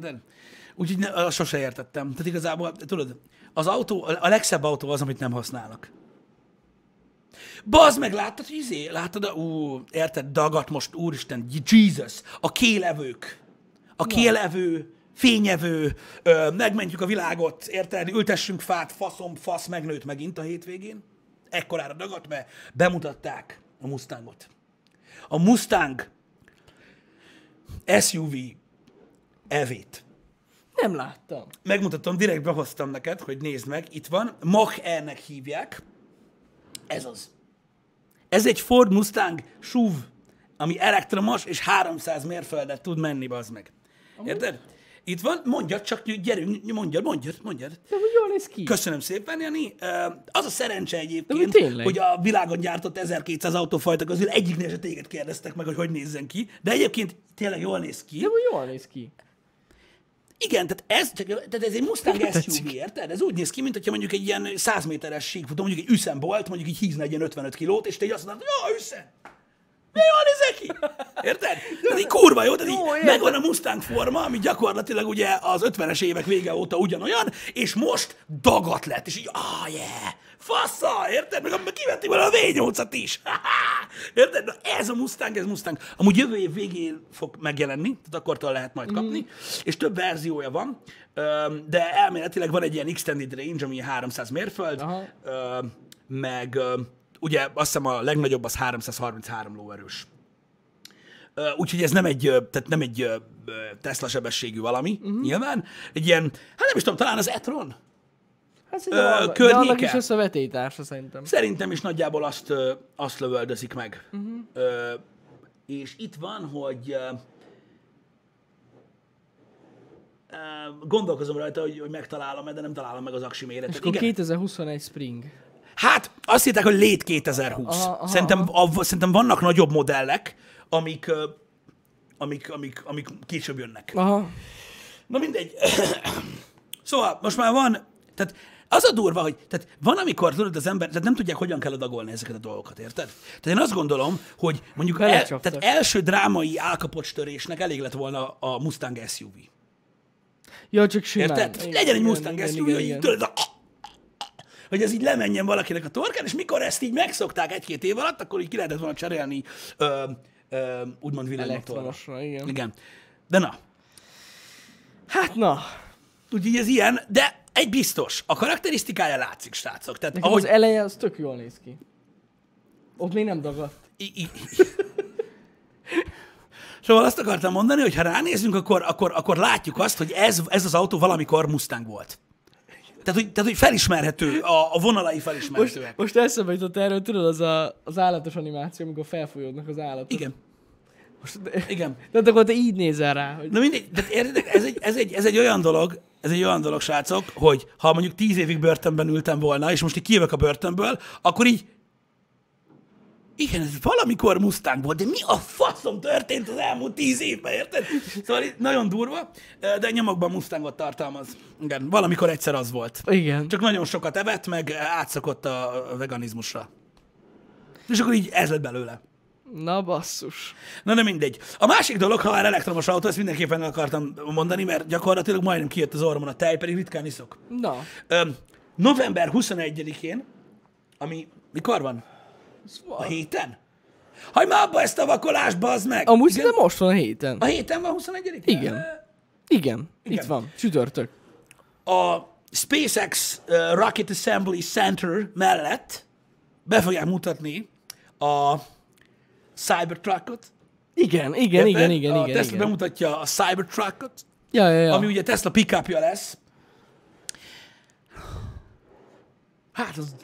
[SPEAKER 1] De, úgyhogy ne, azt sose értettem. Tehát igazából, tudod, az autó, a legszebb autó az, amit nem használnak. Bazd meg, láttad, hogy izé, láttad, a- ú, érted, dagat most, úristen, Jesus, a kélevők, a kélevő, fényevő, ö, megmentjük a világot, érted, ültessünk fát, faszom, fasz megnőtt megint a hétvégén. Ekkorára dagat, mert bemutatták a Mustangot. A Mustang SUV evét
[SPEAKER 2] Nem láttam.
[SPEAKER 1] megmutatom, direkt behoztam neked, hogy nézd meg, itt van, Mach E-nek hívják. Ez az. Ez egy Ford Mustang SUV, ami elektromos, és 300 mérföldet tud menni, bazd meg. Érted? Itt van, mondjad, csak gyerünk, mondjad, mondjad, mondjad.
[SPEAKER 2] De hogy jól néz ki?
[SPEAKER 1] Köszönöm szépen, Jani. Ö, Az a szerencse
[SPEAKER 2] De
[SPEAKER 1] egyébként,
[SPEAKER 2] hogy tényleg?
[SPEAKER 1] hogy a világon gyártott 1200 autófajta közül egyiknél se téged kérdeztek meg, hogy hogy nézzen ki. De egyébként tényleg jól néz ki.
[SPEAKER 2] De hogy jól néz ki?
[SPEAKER 1] Igen, tehát ez, csak- tehát ez egy Mustang SUV,
[SPEAKER 2] tetszik.
[SPEAKER 1] érted? Ez úgy néz ki, mint hogyha mondjuk egy ilyen 100 méteres síkfutó, mondjuk egy üszembolt, mondjuk így hízna egy ilyen 55 kilót, és te így azt mondod, hogy üszen! Mi jól nézel ki? Érted? Tehát így kurva jó, tehát
[SPEAKER 2] Jó,
[SPEAKER 1] így
[SPEAKER 2] értem.
[SPEAKER 1] megvan a Mustang forma, ami gyakorlatilag ugye az 50-es évek vége óta ugyanolyan, és most dagat lett, és így, ah, oh, yeah, fassa, érted? Meg a- kivették vele a V8-at is. Ha-ha! Érted? Na ez a Mustang, ez Mustang. Amúgy jövő év végén fog megjelenni, tehát akkortól lehet majd kapni, mm. és több verziója van, öm, de elméletileg van egy ilyen extended range, ami 300 mérföld,
[SPEAKER 2] Aha.
[SPEAKER 1] öm, meg öm, ugye azt hiszem a legnagyobb az 333 lóerős. Ö, Úgyhogy ez nem egy, ö, tehát nem egy ö, ö, Tesla sebességű valami,
[SPEAKER 2] Mhm.
[SPEAKER 1] uh-huh. nyilván. Egy ilyen, hát nem is tudom, talán az Etron? Ö,
[SPEAKER 2] Hát szerintem annak, de
[SPEAKER 1] környéke.
[SPEAKER 2] annak is lesz a vetélytársa szerintem.
[SPEAKER 1] Szerintem is nagyjából azt, ö, azt lövöldözik meg.
[SPEAKER 2] Mhm.
[SPEAKER 1] Uh-huh. Ö, és itt van, hogy ö, ö, gondolkozom rajta, hogy, hogy megtalálom de nem találom meg az aksi
[SPEAKER 2] És
[SPEAKER 1] méretet.
[SPEAKER 2] akkor
[SPEAKER 1] Igen.
[SPEAKER 2] 2021 spring.
[SPEAKER 1] Hát, azt hitták, hogy lét 2020. Aha,
[SPEAKER 2] Aha,
[SPEAKER 1] aha,
[SPEAKER 2] aha,
[SPEAKER 1] szerintem, A, szerintem vannak nagyobb modellek, amik, ö, amik, amik, amik később jönnek.
[SPEAKER 2] Aha.
[SPEAKER 1] Na mindegy. szóval most már van, tehát az a durva, hogy tehát van, amikor tudod az ember, tehát nem tudják, hogyan kell adagolni ezeket a dolgokat, érted? Tehát én azt gondolom, hogy mondjuk el,
[SPEAKER 2] Belecsaptak.
[SPEAKER 1] tehát első drámai álkapocs törésnek elég lett volna a Mustang SUV.
[SPEAKER 2] Ja, csak simán.
[SPEAKER 1] Érted?
[SPEAKER 2] Igen,
[SPEAKER 1] Legyen egy
[SPEAKER 2] igen,
[SPEAKER 1] Mustang
[SPEAKER 2] igen,
[SPEAKER 1] SUV,
[SPEAKER 2] igen,
[SPEAKER 1] hogy így
[SPEAKER 2] igen.
[SPEAKER 1] tudod, hogy ez így lemenjen valakinek a torkán, és mikor ezt így megszokták egy-két év alatt, akkor így ki lehetett volna cserélni ö, ö, úgymond villanymotorra.
[SPEAKER 2] Elektromosra, igen.
[SPEAKER 1] Igen. De na,
[SPEAKER 2] Hát na,
[SPEAKER 1] Úgyhogy ez ilyen, de egy biztos, a karakterisztikája látszik, srácok. Tehát
[SPEAKER 2] nekem
[SPEAKER 1] ahogy...
[SPEAKER 2] az e- eleje az tök jól néz ki. Ott még nem dagadt.
[SPEAKER 1] I- i- Szóval azt akartam mondani, hogy ha ránézünk, akkor, akkor, akkor látjuk azt, hogy ez, ez az autó valamikor Mustang volt. Tehát, hogy, tehát, hogy felismerhető, a, a vonalai felismerhetőek.
[SPEAKER 2] Most, most eszembe jutott erről, tudod, az a, az állatos animáció, amikor felfolyódnak az állatok.
[SPEAKER 1] Igen,
[SPEAKER 2] Most, de,
[SPEAKER 1] igen.
[SPEAKER 2] de akkor te így nézel rá, hogy
[SPEAKER 1] Na mindegy, de értitek, ez egy, ez, egy, ez egy olyan dolog, ez egy olyan dolog, srácok, hogy ha mondjuk tíz évig börtönben ültem volna, és most így kijövök a börtönből, akkor így igen, ez valamikor Mustang volt, de mi a faszom történt az elmúlt tíz évben, érted? Szóval itt nagyon durva, de nyomokban Mustangot tartalmaz. Igen, valamikor egyszer az volt.
[SPEAKER 2] igen.
[SPEAKER 1] Csak nagyon sokat evett, meg átszokott a veganizmusra. És akkor így ez lett belőle.
[SPEAKER 2] Na basszus.
[SPEAKER 1] Na de mindegy. A másik dolog, ha már elektromos autó, ezt mindenképpen el akartam mondani, mert gyakorlatilag majdnem kijött az orromon a tej, pedig ritkán iszok.
[SPEAKER 2] Na,
[SPEAKER 1] Öm, november 21-én, ami Mikor van? A
[SPEAKER 2] Szóval.
[SPEAKER 1] héten? Hagyj már abba ezt a vakolást, bazd meg!
[SPEAKER 2] Amúgy
[SPEAKER 1] Igen.
[SPEAKER 2] szerintem most van a héten.
[SPEAKER 1] A héten van 21
[SPEAKER 2] Igen. Igen, itt van, csütörtök.
[SPEAKER 1] A SpaceX uh, Rocket Assembly Center mellett be fogják mutatni a Cybertruckot.
[SPEAKER 2] Igen, igen, igen,
[SPEAKER 1] Érted?
[SPEAKER 2] igen,
[SPEAKER 1] a
[SPEAKER 2] igen.
[SPEAKER 1] Tesla
[SPEAKER 2] igen.
[SPEAKER 1] bemutatja a Cybertruckot,
[SPEAKER 2] Ja, ja, ja.
[SPEAKER 1] ami ugye Tesla pickupja lesz. Hát, az,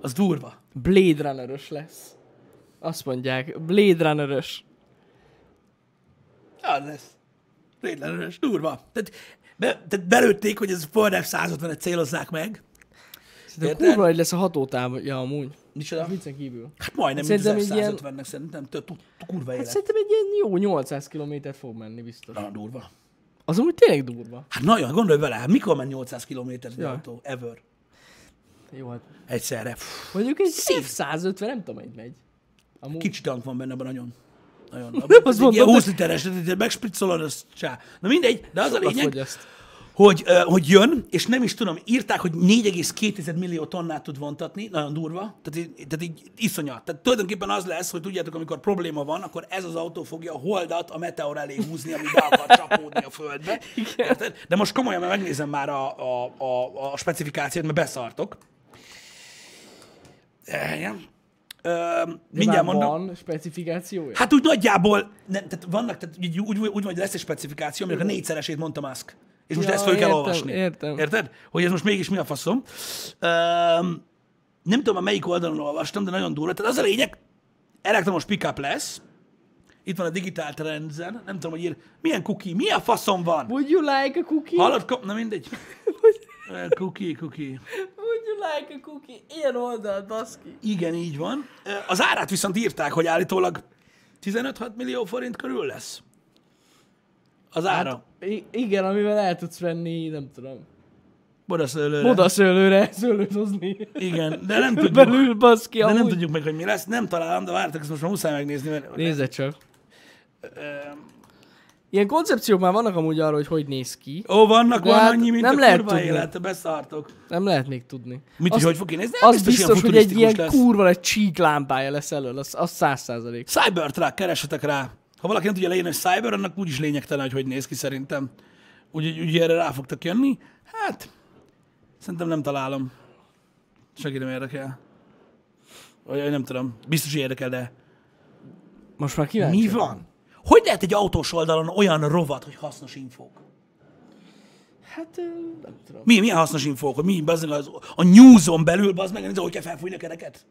[SPEAKER 1] az durva.
[SPEAKER 2] Blade Runner-ös lesz. Azt mondják, Blade Runner-ös.
[SPEAKER 1] Az lesz. Rétlenes, durva. Tehát, be, tehát belőtték, hogy ez Forrest 150 célozzák meg.
[SPEAKER 2] Szerintem
[SPEAKER 1] Érted?
[SPEAKER 2] kurva, hogy lesz a hatótávja amúgy.
[SPEAKER 1] Micsoda?
[SPEAKER 2] Viccen kívül.
[SPEAKER 1] Hát majdnem, mint az
[SPEAKER 2] Szerintem egy ilyen-
[SPEAKER 1] F-150-nek ilyen... szerintem, tök, tök, tök kurva
[SPEAKER 2] Hát
[SPEAKER 1] élet.
[SPEAKER 2] szerintem egy ilyen jó 800 km fog menni biztos.
[SPEAKER 1] Nagyon durva.
[SPEAKER 2] Az amúgy tényleg durva.
[SPEAKER 1] Hát nagyon, gondolj vele, hát mikor ment 800 km egy
[SPEAKER 2] Ja.
[SPEAKER 1] autó? Ever.
[SPEAKER 2] Jó, hát
[SPEAKER 1] Egyszerre. Pff,
[SPEAKER 2] mondjuk egy szép 150, nem tudom, hogy megy. Amúgy.
[SPEAKER 1] Kicsi tank van benne abban nagyon. Nagyon. Abban,
[SPEAKER 2] Azt
[SPEAKER 1] az egy ilyen
[SPEAKER 2] mondod,
[SPEAKER 1] 20 literes, tehát így megspriccolod, az csá. Na mindegy, de az a
[SPEAKER 2] Azt
[SPEAKER 1] lényeg,
[SPEAKER 2] mondja azt.
[SPEAKER 1] hogy, ö, hogy jön, és nem is tudom, írták, hogy 4,2 millió tonnát tud vontatni, nagyon durva, tehát, í- tehát így iszonyat. Tehát tulajdonképpen az lesz, hogy tudjátok, amikor probléma van, akkor ez az autó fogja a holdat a meteor elé húzni, ami be akar csapódni a földbe. Érted? De most komolyan, mert megnézem már a, a, a, a specifikációt, mert beszartok. Eh, Igen. Ö,
[SPEAKER 2] De
[SPEAKER 1] mindjárt
[SPEAKER 2] már
[SPEAKER 1] mondom.
[SPEAKER 2] Van specifikációja?
[SPEAKER 1] Hát úgy nagyjából, nem, tehát vannak, tehát úgy, úgy, úgy, van, hogy lesz egy specifikáció, aminek a négyszeresét mondta Musk. És most
[SPEAKER 2] Ja,
[SPEAKER 1] ezt föl kell
[SPEAKER 2] értem,
[SPEAKER 1] olvasni.
[SPEAKER 2] értem.
[SPEAKER 1] Érted? Hogy ez most mégis mi a faszom. Öm, nem tudom, a melyik oldalon olvastam, de nagyon durva. Tehát az a lényeg, elektromos pickup lesz. Itt van a digitál rendszer. Nem tudom, hogy ír. Milyen kuki? Mi a faszom van?
[SPEAKER 2] Would you like a cookie?
[SPEAKER 1] Hallod? Ko- Na mindegy. Ö, Kuki, kuki.
[SPEAKER 2] Would you like a cookie? Ilyen oldal, baszki.
[SPEAKER 1] Igen, így van. Ö, Az árát viszont írták, hogy állítólag 15-6 millió forint körül lesz. Az ára. Hát,
[SPEAKER 2] I- igen, amivel el tudsz venni, nem tudom.
[SPEAKER 1] Bodaszőlőre.
[SPEAKER 2] Oda szőlőre szőlőt hozni.
[SPEAKER 1] Igen, de nem tudjuk.
[SPEAKER 2] Belül baszki,
[SPEAKER 1] De
[SPEAKER 2] amúgy.
[SPEAKER 1] nem tudjuk meg, hogy mi lesz. Nem találom, de vártak, ezt most már muszáj megnézni, mert...
[SPEAKER 2] Nézze csak.
[SPEAKER 1] Öm,
[SPEAKER 2] Ilyen koncepciók már vannak amúgy arra, hogy hogy néz ki.
[SPEAKER 1] Ó, vannak
[SPEAKER 2] De
[SPEAKER 1] van
[SPEAKER 2] hát
[SPEAKER 1] annyi, mint
[SPEAKER 2] nem
[SPEAKER 1] a
[SPEAKER 2] lehet
[SPEAKER 1] kurva
[SPEAKER 2] tudni.
[SPEAKER 1] élet, beszartok.
[SPEAKER 2] Nem lehet még tudni.
[SPEAKER 1] Mit, hogy
[SPEAKER 2] Azt-
[SPEAKER 1] hogy fog kinézni? Nem
[SPEAKER 2] az biztos,
[SPEAKER 1] ilyen
[SPEAKER 2] hogy egy
[SPEAKER 1] futurisztikus
[SPEAKER 2] ilyen lesz. kurva egy csík lámpája lesz elől, az, az száz százalék.
[SPEAKER 1] Cybertruck, keresetek rá. Ha valaki nem tudja leírni, hogy Cyber, annak úgyis lényegtelen, hogy hogy néz ki szerintem. Úgyhogy úgy, erre rá fogtak jönni. Hát, szerintem nem találom. Senki nem érdekel. Vagy vagy nem tudom. Biztos, hogy érdekel, de...
[SPEAKER 2] Most már kíváncsi.
[SPEAKER 1] Mi van? Hogy lehet egy autós oldalon olyan rovat, hogy hasznos infók?
[SPEAKER 2] Hát ö, nem tudom.
[SPEAKER 1] Mi, milyen hasznos infók? Hogy mi, bazdmeg, az, a newson belül, bazd meg, nézd, hogy kell felfújni a kereket?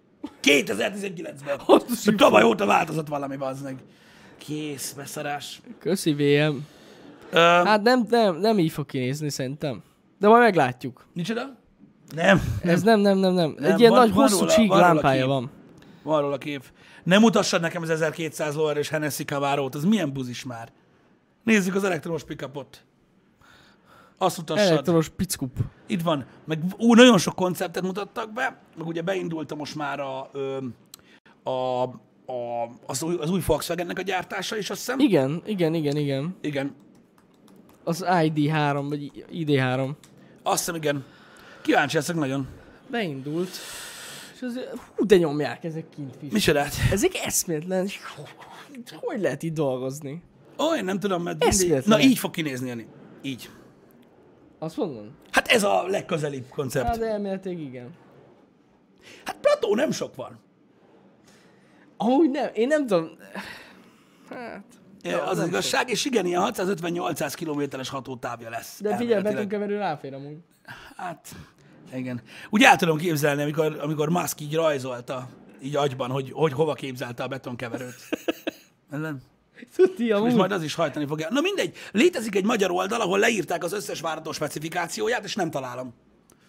[SPEAKER 1] 2019-ben.
[SPEAKER 2] Hasznos
[SPEAKER 1] Mert Tavaly óta változott valami, bazd meg. Kész, beszarás.
[SPEAKER 2] Köszi VM.
[SPEAKER 1] Ö,
[SPEAKER 2] Hát nem, nem, nem így fog kinézni szerintem. De majd meglátjuk.
[SPEAKER 1] Nincs oda? Nem.
[SPEAKER 2] Ez nem, nem, nem, nem.
[SPEAKER 1] Nem,
[SPEAKER 2] Egy ilyen
[SPEAKER 1] van-
[SPEAKER 2] nagy
[SPEAKER 1] van
[SPEAKER 2] hosszú
[SPEAKER 1] róla-
[SPEAKER 2] csík
[SPEAKER 1] van róla
[SPEAKER 2] lámpája
[SPEAKER 1] kép.
[SPEAKER 2] van.
[SPEAKER 1] Van róla kép. Nem mutassad nekem az 1200 lóerős Hennessy kavárót, az milyen buzis már? Nézzük az elektromos pickupot. Azt mutassad.
[SPEAKER 2] Elektronos pickup.
[SPEAKER 1] Itt van. Meg ú, nagyon sok konceptet mutattak be, meg ugye beindult most már a, ö, a, a, az, új, az új Volkswagennek a gyártása is, azt hiszem.
[SPEAKER 2] Igen, igen, igen, igen.
[SPEAKER 1] Igen.
[SPEAKER 2] Az ID3, vagy ID3.
[SPEAKER 1] Azt hiszem, igen. Kíváncsi leszek nagyon.
[SPEAKER 2] Beindult. És az, hú, de nyomják ezek kint
[SPEAKER 1] Mi
[SPEAKER 2] is.
[SPEAKER 1] csinált?
[SPEAKER 2] Ezek eszméletlen. Hogy lehet itt dolgozni?
[SPEAKER 1] Ó, én nem tudom, mert...
[SPEAKER 2] Ez
[SPEAKER 1] mindig- Na,
[SPEAKER 2] véletlen.
[SPEAKER 1] így fog kinézni, Jani. Így.
[SPEAKER 2] Azt mondom?
[SPEAKER 1] Hát ez a legközelibb
[SPEAKER 2] Hát
[SPEAKER 1] koncept.
[SPEAKER 2] elméletileg igen.
[SPEAKER 1] Hát plató nem sok van.
[SPEAKER 2] Amúgy nem, én nem tudom. Hát,
[SPEAKER 1] Ja, az, az
[SPEAKER 2] nem
[SPEAKER 1] igazság, és igen, ilyen 650-800 kilométeres hatótávja lesz.
[SPEAKER 2] de figyelj,
[SPEAKER 1] elméletileg.
[SPEAKER 2] betűnkeverő ráfér amúgy.
[SPEAKER 1] Hát, igen. Úgy el tudom képzelni, amikor, amikor Musk így rajzolta, így agyban, hogy, hogy hova képzelte a betonkeverőt. Nem?
[SPEAKER 2] Tudti,
[SPEAKER 1] És
[SPEAKER 2] amúgy.
[SPEAKER 1] majd az is hajtani fogja. Na mindegy, létezik egy magyar oldal, ahol leírták az összes várató specifikációját, és nem találom.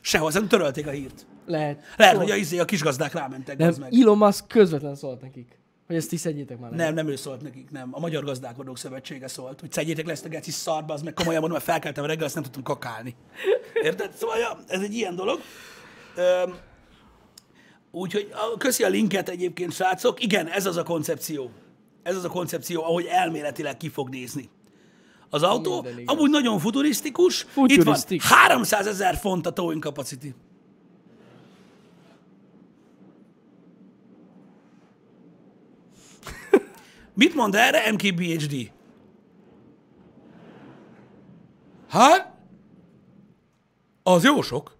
[SPEAKER 1] Sehol, szerintem törölték a hírt.
[SPEAKER 2] Lehet.
[SPEAKER 1] Lehet,
[SPEAKER 2] Szóval-
[SPEAKER 1] hogy a, izé, a kisgazdák rámentek.
[SPEAKER 2] Nem,
[SPEAKER 1] bazd meg.
[SPEAKER 2] Elon Musk közvetlen szólt nekik, hogy ezt is szedjétek már meg.
[SPEAKER 1] Nem, nem ő szólt nekik, nem. A Magyar Gazdálkodók Szövetsége szólt, hogy szedjétek le ezt a geci szarba, az meg komolyan mondom, mert felkeltem reggel, azt nem tudtam kakálni. Érted? Szóval, ja, ez egy ilyen dolog. Öm, Úgyhogy a- köszi a linket egyébként, srácok. Igen, ez az a koncepció. Ez az a koncepció, ahogy elméletileg ki fog nézni. Az autó
[SPEAKER 2] Minden igaz.
[SPEAKER 1] amúgy nagyon futurisztikus.
[SPEAKER 2] Futurisztik.
[SPEAKER 1] Itt van 300 ezer font a towing capacity. Mit mond erre MKBHD? Hát? Az jó sok.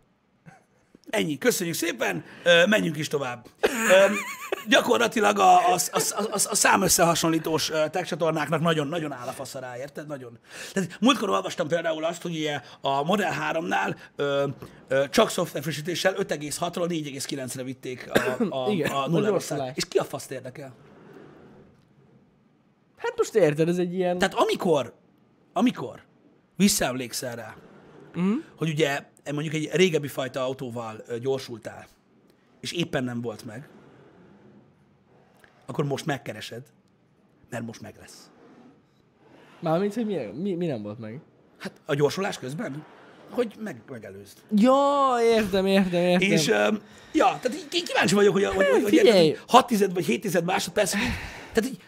[SPEAKER 1] Ennyi, köszönjük szépen, Ö, menjünk is tovább. Ö, Gyakorlatilag a, a, a, a, a- a számösszehasonlítós ö, tech csatornáknak nagyon-nagyon áll a fasz alá, érted? Nagyon. Tehát múltkor olvastam például azt, hogy ugye a Model 3-nál ö, ö, csak szoftverfrissítéssel 5,6-ról 4,9-re vitték a, a,
[SPEAKER 2] Igen,
[SPEAKER 1] a
[SPEAKER 2] nagyon
[SPEAKER 1] nullárosszát.
[SPEAKER 2] gyorsulás.
[SPEAKER 1] És ki a faszt érdekel?
[SPEAKER 2] Hát most érted, ez egy ilyen...
[SPEAKER 1] Tehát amikor, amikor visszaemlékszel rá, mm. hogy ugye mondjuk egy régebbi fajta autóval ö, gyorsultál, és éppen nem volt meg, akkor most megkeresed, mert most meg lesz.
[SPEAKER 2] Mármint, hogy mi, mi, mi nem volt meg.
[SPEAKER 1] Hát a gyorsulás közben, hogy meg, megelőzd.
[SPEAKER 2] Ja, értem, értem, értem.
[SPEAKER 1] És, öm, ja, tehát így- így kíváncsi vagyok, hogy, hogy, hogy, hogy
[SPEAKER 2] figyelj.
[SPEAKER 1] érted, hogy 6 tized vagy 7 tized másodperc, hogy- tehát, így,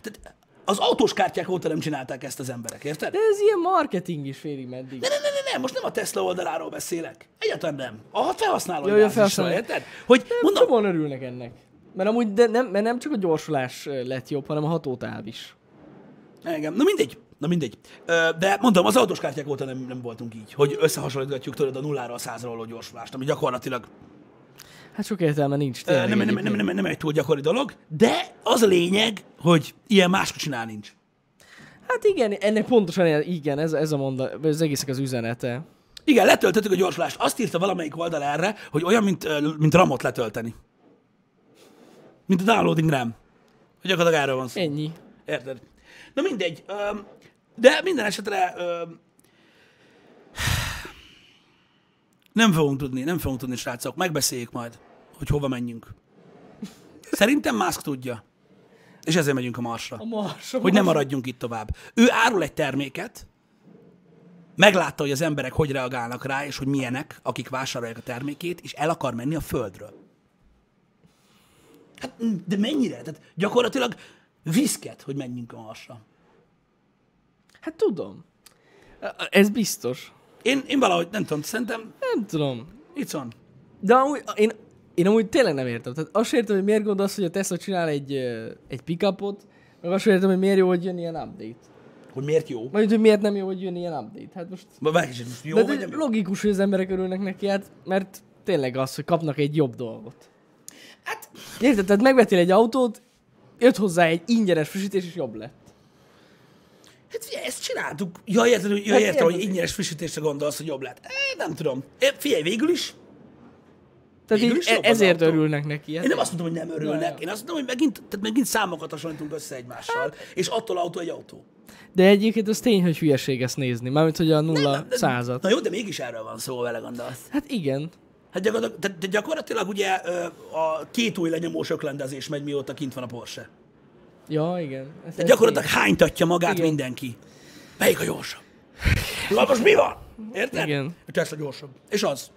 [SPEAKER 1] tehát az autós kártyák óta nem csinálták ezt az emberek, érted?
[SPEAKER 2] De ez ilyen marketing is félig meddig.
[SPEAKER 1] Ne, ne, ne, ne, ne, most nem a Tesla oldaláról beszélek. Egyáltalán nem. A felhasználó
[SPEAKER 2] Jaj, a
[SPEAKER 1] bázisról,
[SPEAKER 2] felhasználó.
[SPEAKER 1] szóval érted? Hogy mondom,
[SPEAKER 2] Csomóan örülnek ennek. Mert amúgy de nem, mert nem csak a gyorsulás ö, lett jobb, hanem a hatótáv is.
[SPEAKER 1] engem, na mindegy, na mindegy. Ö, De mondom, az autós kártyák óta nem, nem voltunk így, hogy összehasonlítgatjuk tőled a nullára a százra való gyorsulást, ami gyakorlatilag
[SPEAKER 2] Hát sok értelme nincs.
[SPEAKER 1] ö,
[SPEAKER 2] Tényleg,
[SPEAKER 1] nem, nem,
[SPEAKER 2] egyébként.
[SPEAKER 1] nem, nem, nem egy túl gyakori dolog, de az a lényeg, hogy ilyen máskor csinál nincs.
[SPEAKER 2] Hát igen, ennek pontosan ilyen- igen, ez, ez a monda, ez egészek az üzenete.
[SPEAKER 1] Igen, letöltöttük a gyorsulást. Azt írta valamelyik oldal erre, hogy olyan, mint, ö, mint ramot letölteni. Mint a downloading RAM. Hogy gyakorlatilag erről van szó.
[SPEAKER 2] Ennyi.
[SPEAKER 1] Érted? Na mindegy. Öm, de minden esetre öm, nem fogunk tudni, nem fogunk tudni, srácok. Megbeszéljük majd, hogy hova menjünk. Szerintem Musk tudja. És ezért megyünk a Marsra.
[SPEAKER 2] A mars, a
[SPEAKER 1] Hogy nem maradjunk itt tovább. Ő árul egy terméket, meglátta, hogy az emberek hogy reagálnak rá, és hogy milyenek, akik vásárolják a termékét, és el akar menni a földről. Hát, mm, de mennyire? Tehát gyakorlatilag viszket, hogy menjünk a marsra.
[SPEAKER 2] Hát tudom. Ez biztos.
[SPEAKER 1] Én, én valahogy, nem tudom, szerintem
[SPEAKER 2] Nem tudom.
[SPEAKER 1] itt van.
[SPEAKER 2] De amúgy, én, én amúgy tényleg nem értem. Tehát azt sem értem, hogy miért gondolsz, hogy a Tesla csinál egy, ö, egy pickupot, meg azt sem értem, hogy miért jó, hogy jön ilyen update.
[SPEAKER 1] Hogy miért jó?
[SPEAKER 2] Majd, hogy miért nem jó, hogy jön ilyen update. Hát most...
[SPEAKER 1] Vagy várj kicsit, most jó,
[SPEAKER 2] de,
[SPEAKER 1] vagy
[SPEAKER 2] de
[SPEAKER 1] nem jó?
[SPEAKER 2] logikus, hogy az emberek örülnek neki, hát, mert tényleg az, hogy kapnak egy jobb dolgot.
[SPEAKER 1] Hát,
[SPEAKER 2] Érted? Tehát megvettél egy autót, jött hozzá egy ingyenes frissítés, és jobb lett.
[SPEAKER 1] hát figyelj, ezt csináltuk. Ja, érted, hogy, ja,
[SPEAKER 2] Hát
[SPEAKER 1] értem, hogy
[SPEAKER 2] érted.
[SPEAKER 1] ingyenes frissítésre gondolsz, hogy jobb lett. Eh, nem tudom. Eh, Figyelj, végül is,
[SPEAKER 2] Tehát
[SPEAKER 1] Végül
[SPEAKER 2] így,
[SPEAKER 1] is jobb
[SPEAKER 2] e-
[SPEAKER 1] az
[SPEAKER 2] ezért
[SPEAKER 1] autó.
[SPEAKER 2] örülnek neki. Hát,
[SPEAKER 1] Én nem azt mondom, hogy nem örülnek.
[SPEAKER 2] Ja, ja.
[SPEAKER 1] Én azt mondom, hogy megint, tehát megint számokat hasonlítunk össze egymással.
[SPEAKER 2] Hát-
[SPEAKER 1] és attól autó egy autó.
[SPEAKER 2] De egyébként az tény, hogy hülyeség ezt nézni. Mármint, hogy a nulla
[SPEAKER 1] De-
[SPEAKER 2] százat.
[SPEAKER 1] Na jó, de mégis erről van szó, ha vele gondolsz.
[SPEAKER 2] Hát igen.
[SPEAKER 1] Hát gyakorlatilag, de, de gyakorlatilag ugye ö, a két új lenyomós öklendezés megy, mióta kint van a Porsche.
[SPEAKER 2] Ja, igen. Ez,
[SPEAKER 1] Tehát gyakorlatilag hánytatja magát Igen.
[SPEAKER 2] Igen.
[SPEAKER 1] mindenki. Melyik a gyorsabb? Na most mi van? Érted?
[SPEAKER 2] Igen.
[SPEAKER 1] A Tesla gyorsabb. És az.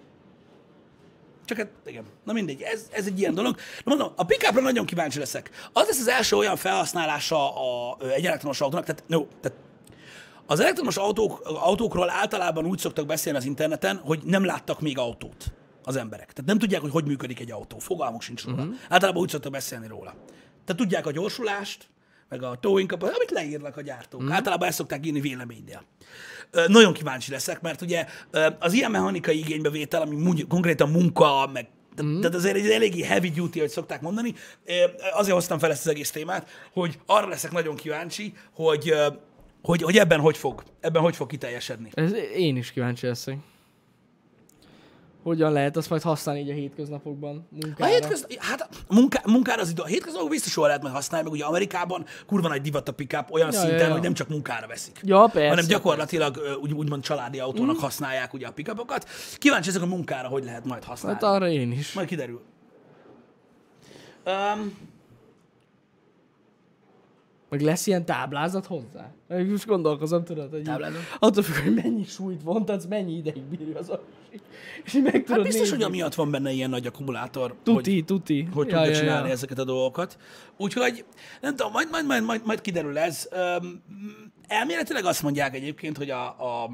[SPEAKER 1] Csak hát, igen. Na mindegy, ez, ez egy ilyen dolog. Na mondom, a pickupra nagyon kíváncsi leszek. Az lesz az első olyan felhasználása a, ö, egy elektromos autónak, tehát, no, tehát az elektromos autók, autókról általában úgy szoktak beszélni az interneten, hogy nem láttak még autót az emberek. Tehát nem tudják, hogy hogy működik egy autó. Fogalmuk sincs róla. Uh-huh. Általában úgy szoktak beszélni róla. Tehát tudják a gyorsulást, meg a towing kapot, amit leírnak a gyártók. Uh-huh. Általában ezt szokták írni véleménynél. Ö, Nagyon kíváncsi leszek, mert ugye ö, az ilyen mechanikai igénybevétel, ami mú- konkrétan munka, meg Mm. Tehát azért egy eléggé heavy duty, hogy szokták mondani. Ö, Azért hoztam fel ezt az egész témát, hogy arra leszek nagyon kíváncsi, hogy ö, hogy, hogy ebben hogy fog, ebben hogy fog kiteljesedni.
[SPEAKER 2] ez, én is kíváncsi leszek. Hogyan lehet azt majd használni így a hétköznapokban
[SPEAKER 1] A
[SPEAKER 2] munkára?
[SPEAKER 1] hétköz, hát a munká, munkára az idő, a hétköznapok biztos jól lehet majd használni, meg ugye Amerikában kurva nagy divat a pickup olyan ja,
[SPEAKER 2] Ja,
[SPEAKER 1] szinten, ja,
[SPEAKER 2] ja,
[SPEAKER 1] ja.
[SPEAKER 2] ja.
[SPEAKER 1] hogy nem csak munkára veszik.
[SPEAKER 2] Ja, persze.
[SPEAKER 1] hanem gyakorlatilag ö, úgy, úgymond családi autónak mm. használják ugye a pickupokat. Kíváncsi ezek a munkára, hogy lehet majd használni.
[SPEAKER 2] Hát arra én is.
[SPEAKER 1] Majd kiderül. Um,
[SPEAKER 2] Meg lesz ilyen táblázat hozzá? Meg most gondolkozom, tudod, hogy így-
[SPEAKER 1] Táblázat?
[SPEAKER 2] attól függ, hogy mennyi súlyt vontatsz, mennyi ideig bírja az a És így meg tudod
[SPEAKER 1] hát biztos,
[SPEAKER 2] nézni.
[SPEAKER 1] hogy amiatt van benne ilyen nagy akkumulátor, hogy,
[SPEAKER 2] Tuti, tuti.
[SPEAKER 1] hogy tudja csinálni ezeket a dolgokat. Úgyhogy nem tudom, majd, majd, majd, majd, majd kiderül ez. Öm, elméletileg azt mondják egyébként, hogy a, a,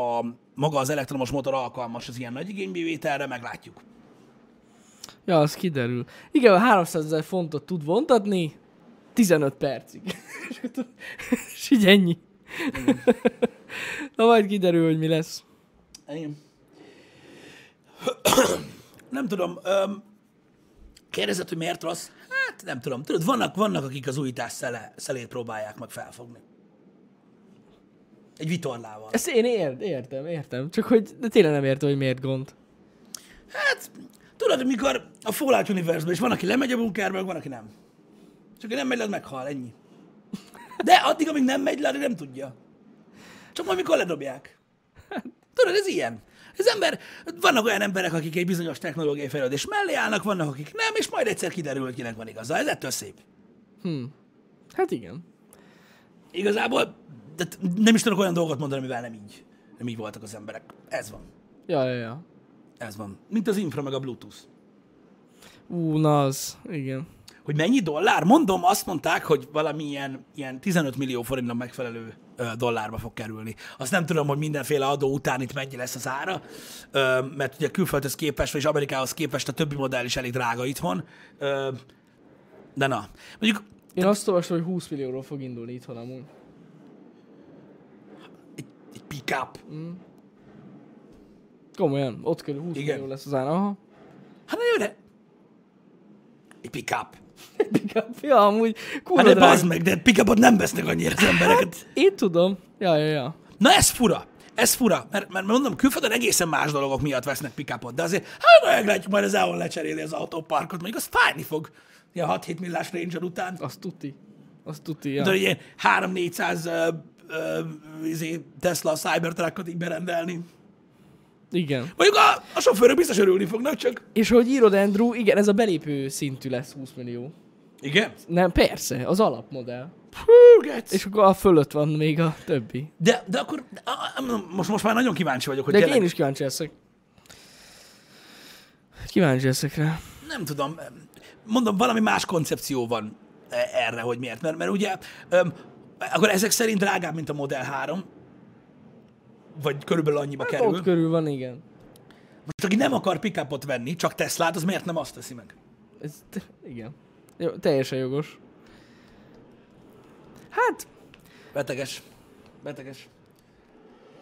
[SPEAKER 1] a maga az elektromos motor alkalmas az ilyen nagy igénybevételre, meglátjuk.
[SPEAKER 2] Ja, az kiderül. Igen, a 300 ezer fontot tud vontatni. 15 percig. és, akkor tudod, és így ennyi. Na majd kiderül, hogy mi lesz.
[SPEAKER 1] Igen. nem tudom. Um, kérdezett, hogy miért rossz? Hát nem tudom. Tudod, vannak, vannak akik az újítás szele, szelét próbálják meg felfogni. Egy vitorlával.
[SPEAKER 2] Ezt én ér- értem, értem. Csak hogy de tényleg nem értem, hogy miért gond.
[SPEAKER 1] Hát, tudod, mikor a Fallout universe is van, aki lemegy a bunkerbe, meg van, aki nem. És aki nem megy le, az meghal, ennyi. De addig, amíg nem megy le, addig nem tudja. Csak majd, mikor ledobják. Tudod, ez ilyen. Az ember, vannak olyan emberek, akik egy bizonyos technológiai fejlődés mellé állnak, vannak, akik nem, és majd egyszer kiderül, hogy kinek van igaza. Ez ettől szép.
[SPEAKER 2] Hát igen.
[SPEAKER 1] Igazából de t- nem is tudok olyan dolgot mondani, amivel nem így, nem így voltak az emberek. Ez van.
[SPEAKER 2] Ja, ja, ja.
[SPEAKER 1] Ez van. Mint az infra meg a Bluetooth.
[SPEAKER 2] Ú, na az. Igen.
[SPEAKER 1] Hogy mennyi dollár? Mondom, azt mondták, hogy valamilyen ilyen 15 millió forintnak megfelelő ö, dollárba fog kerülni. Azt nem tudom, hogy mindenféle adó után itt mennyi lesz az ára, ö, mert ugye külföldhöz képest, és Amerikához képest a többi modell is elég drága itthon. Ö, de na. Mondjuk
[SPEAKER 2] Én azt olvasom, hogy 20 millióról fog indulni itthon amúgy.
[SPEAKER 1] egy, egy pick-up.
[SPEAKER 2] Komolyan, ott körül 20
[SPEAKER 1] Igen.
[SPEAKER 2] millió lesz az ára. Aha.
[SPEAKER 1] Hát nagyon de... Egy pick-up.
[SPEAKER 2] Ja, amúgy kurva
[SPEAKER 1] Hát de
[SPEAKER 2] drága. Hát,
[SPEAKER 1] bazd meg, de pick-upot nem vesznek annyira az embereket.
[SPEAKER 2] Én tudom. Ja, ja, ja.
[SPEAKER 1] Na ez fura. Ez fura, mert, mert mondom, külföldön egészen más dolgok miatt vesznek pikapot, de azért, hát meglátjuk, majd az EON lecseréli az autóparkot, mondjuk az fájni fog, ilyen 6-7 millás Ranger után.
[SPEAKER 2] Azt tuti. Azt tuti, ja.
[SPEAKER 1] Tudod, hogy ilyen 3-400 ö, ö, izé, Tesla Cybertruckot így berendelni.
[SPEAKER 2] Igen.
[SPEAKER 1] Mondjuk a, a sofőrök biztos örülni fognak, csak...
[SPEAKER 2] És hogy írod, Andrew, igen, ez a belépő szintű lesz 20 millió.
[SPEAKER 1] Igen?
[SPEAKER 2] Nem, persze, az alapmodell.
[SPEAKER 1] Hú, gec.
[SPEAKER 2] És akkor a fölött van még a többi.
[SPEAKER 1] de, de akkor, de- a- a- most, most már nagyon kíváncsi vagyok, hogy
[SPEAKER 2] De
[SPEAKER 1] tényleg-
[SPEAKER 2] én is kíváncsi leszek. Kíváncsi leszek rá.
[SPEAKER 1] nem tudom, mondom, valami más koncepció van e- erre, hogy miért. Mert, mert ugye, öm, akkor ezek szerint drágább, mint a Model 3, vagy körülbelül annyiba hát kerül.
[SPEAKER 2] Ott körül van, igen.
[SPEAKER 1] Most aki nem akar pickupot venni, csak Teslát, az miért nem azt teszi meg?
[SPEAKER 2] Ez, te, igen. Jó, teljesen jogos. Hát,
[SPEAKER 1] Beteges. Beteges.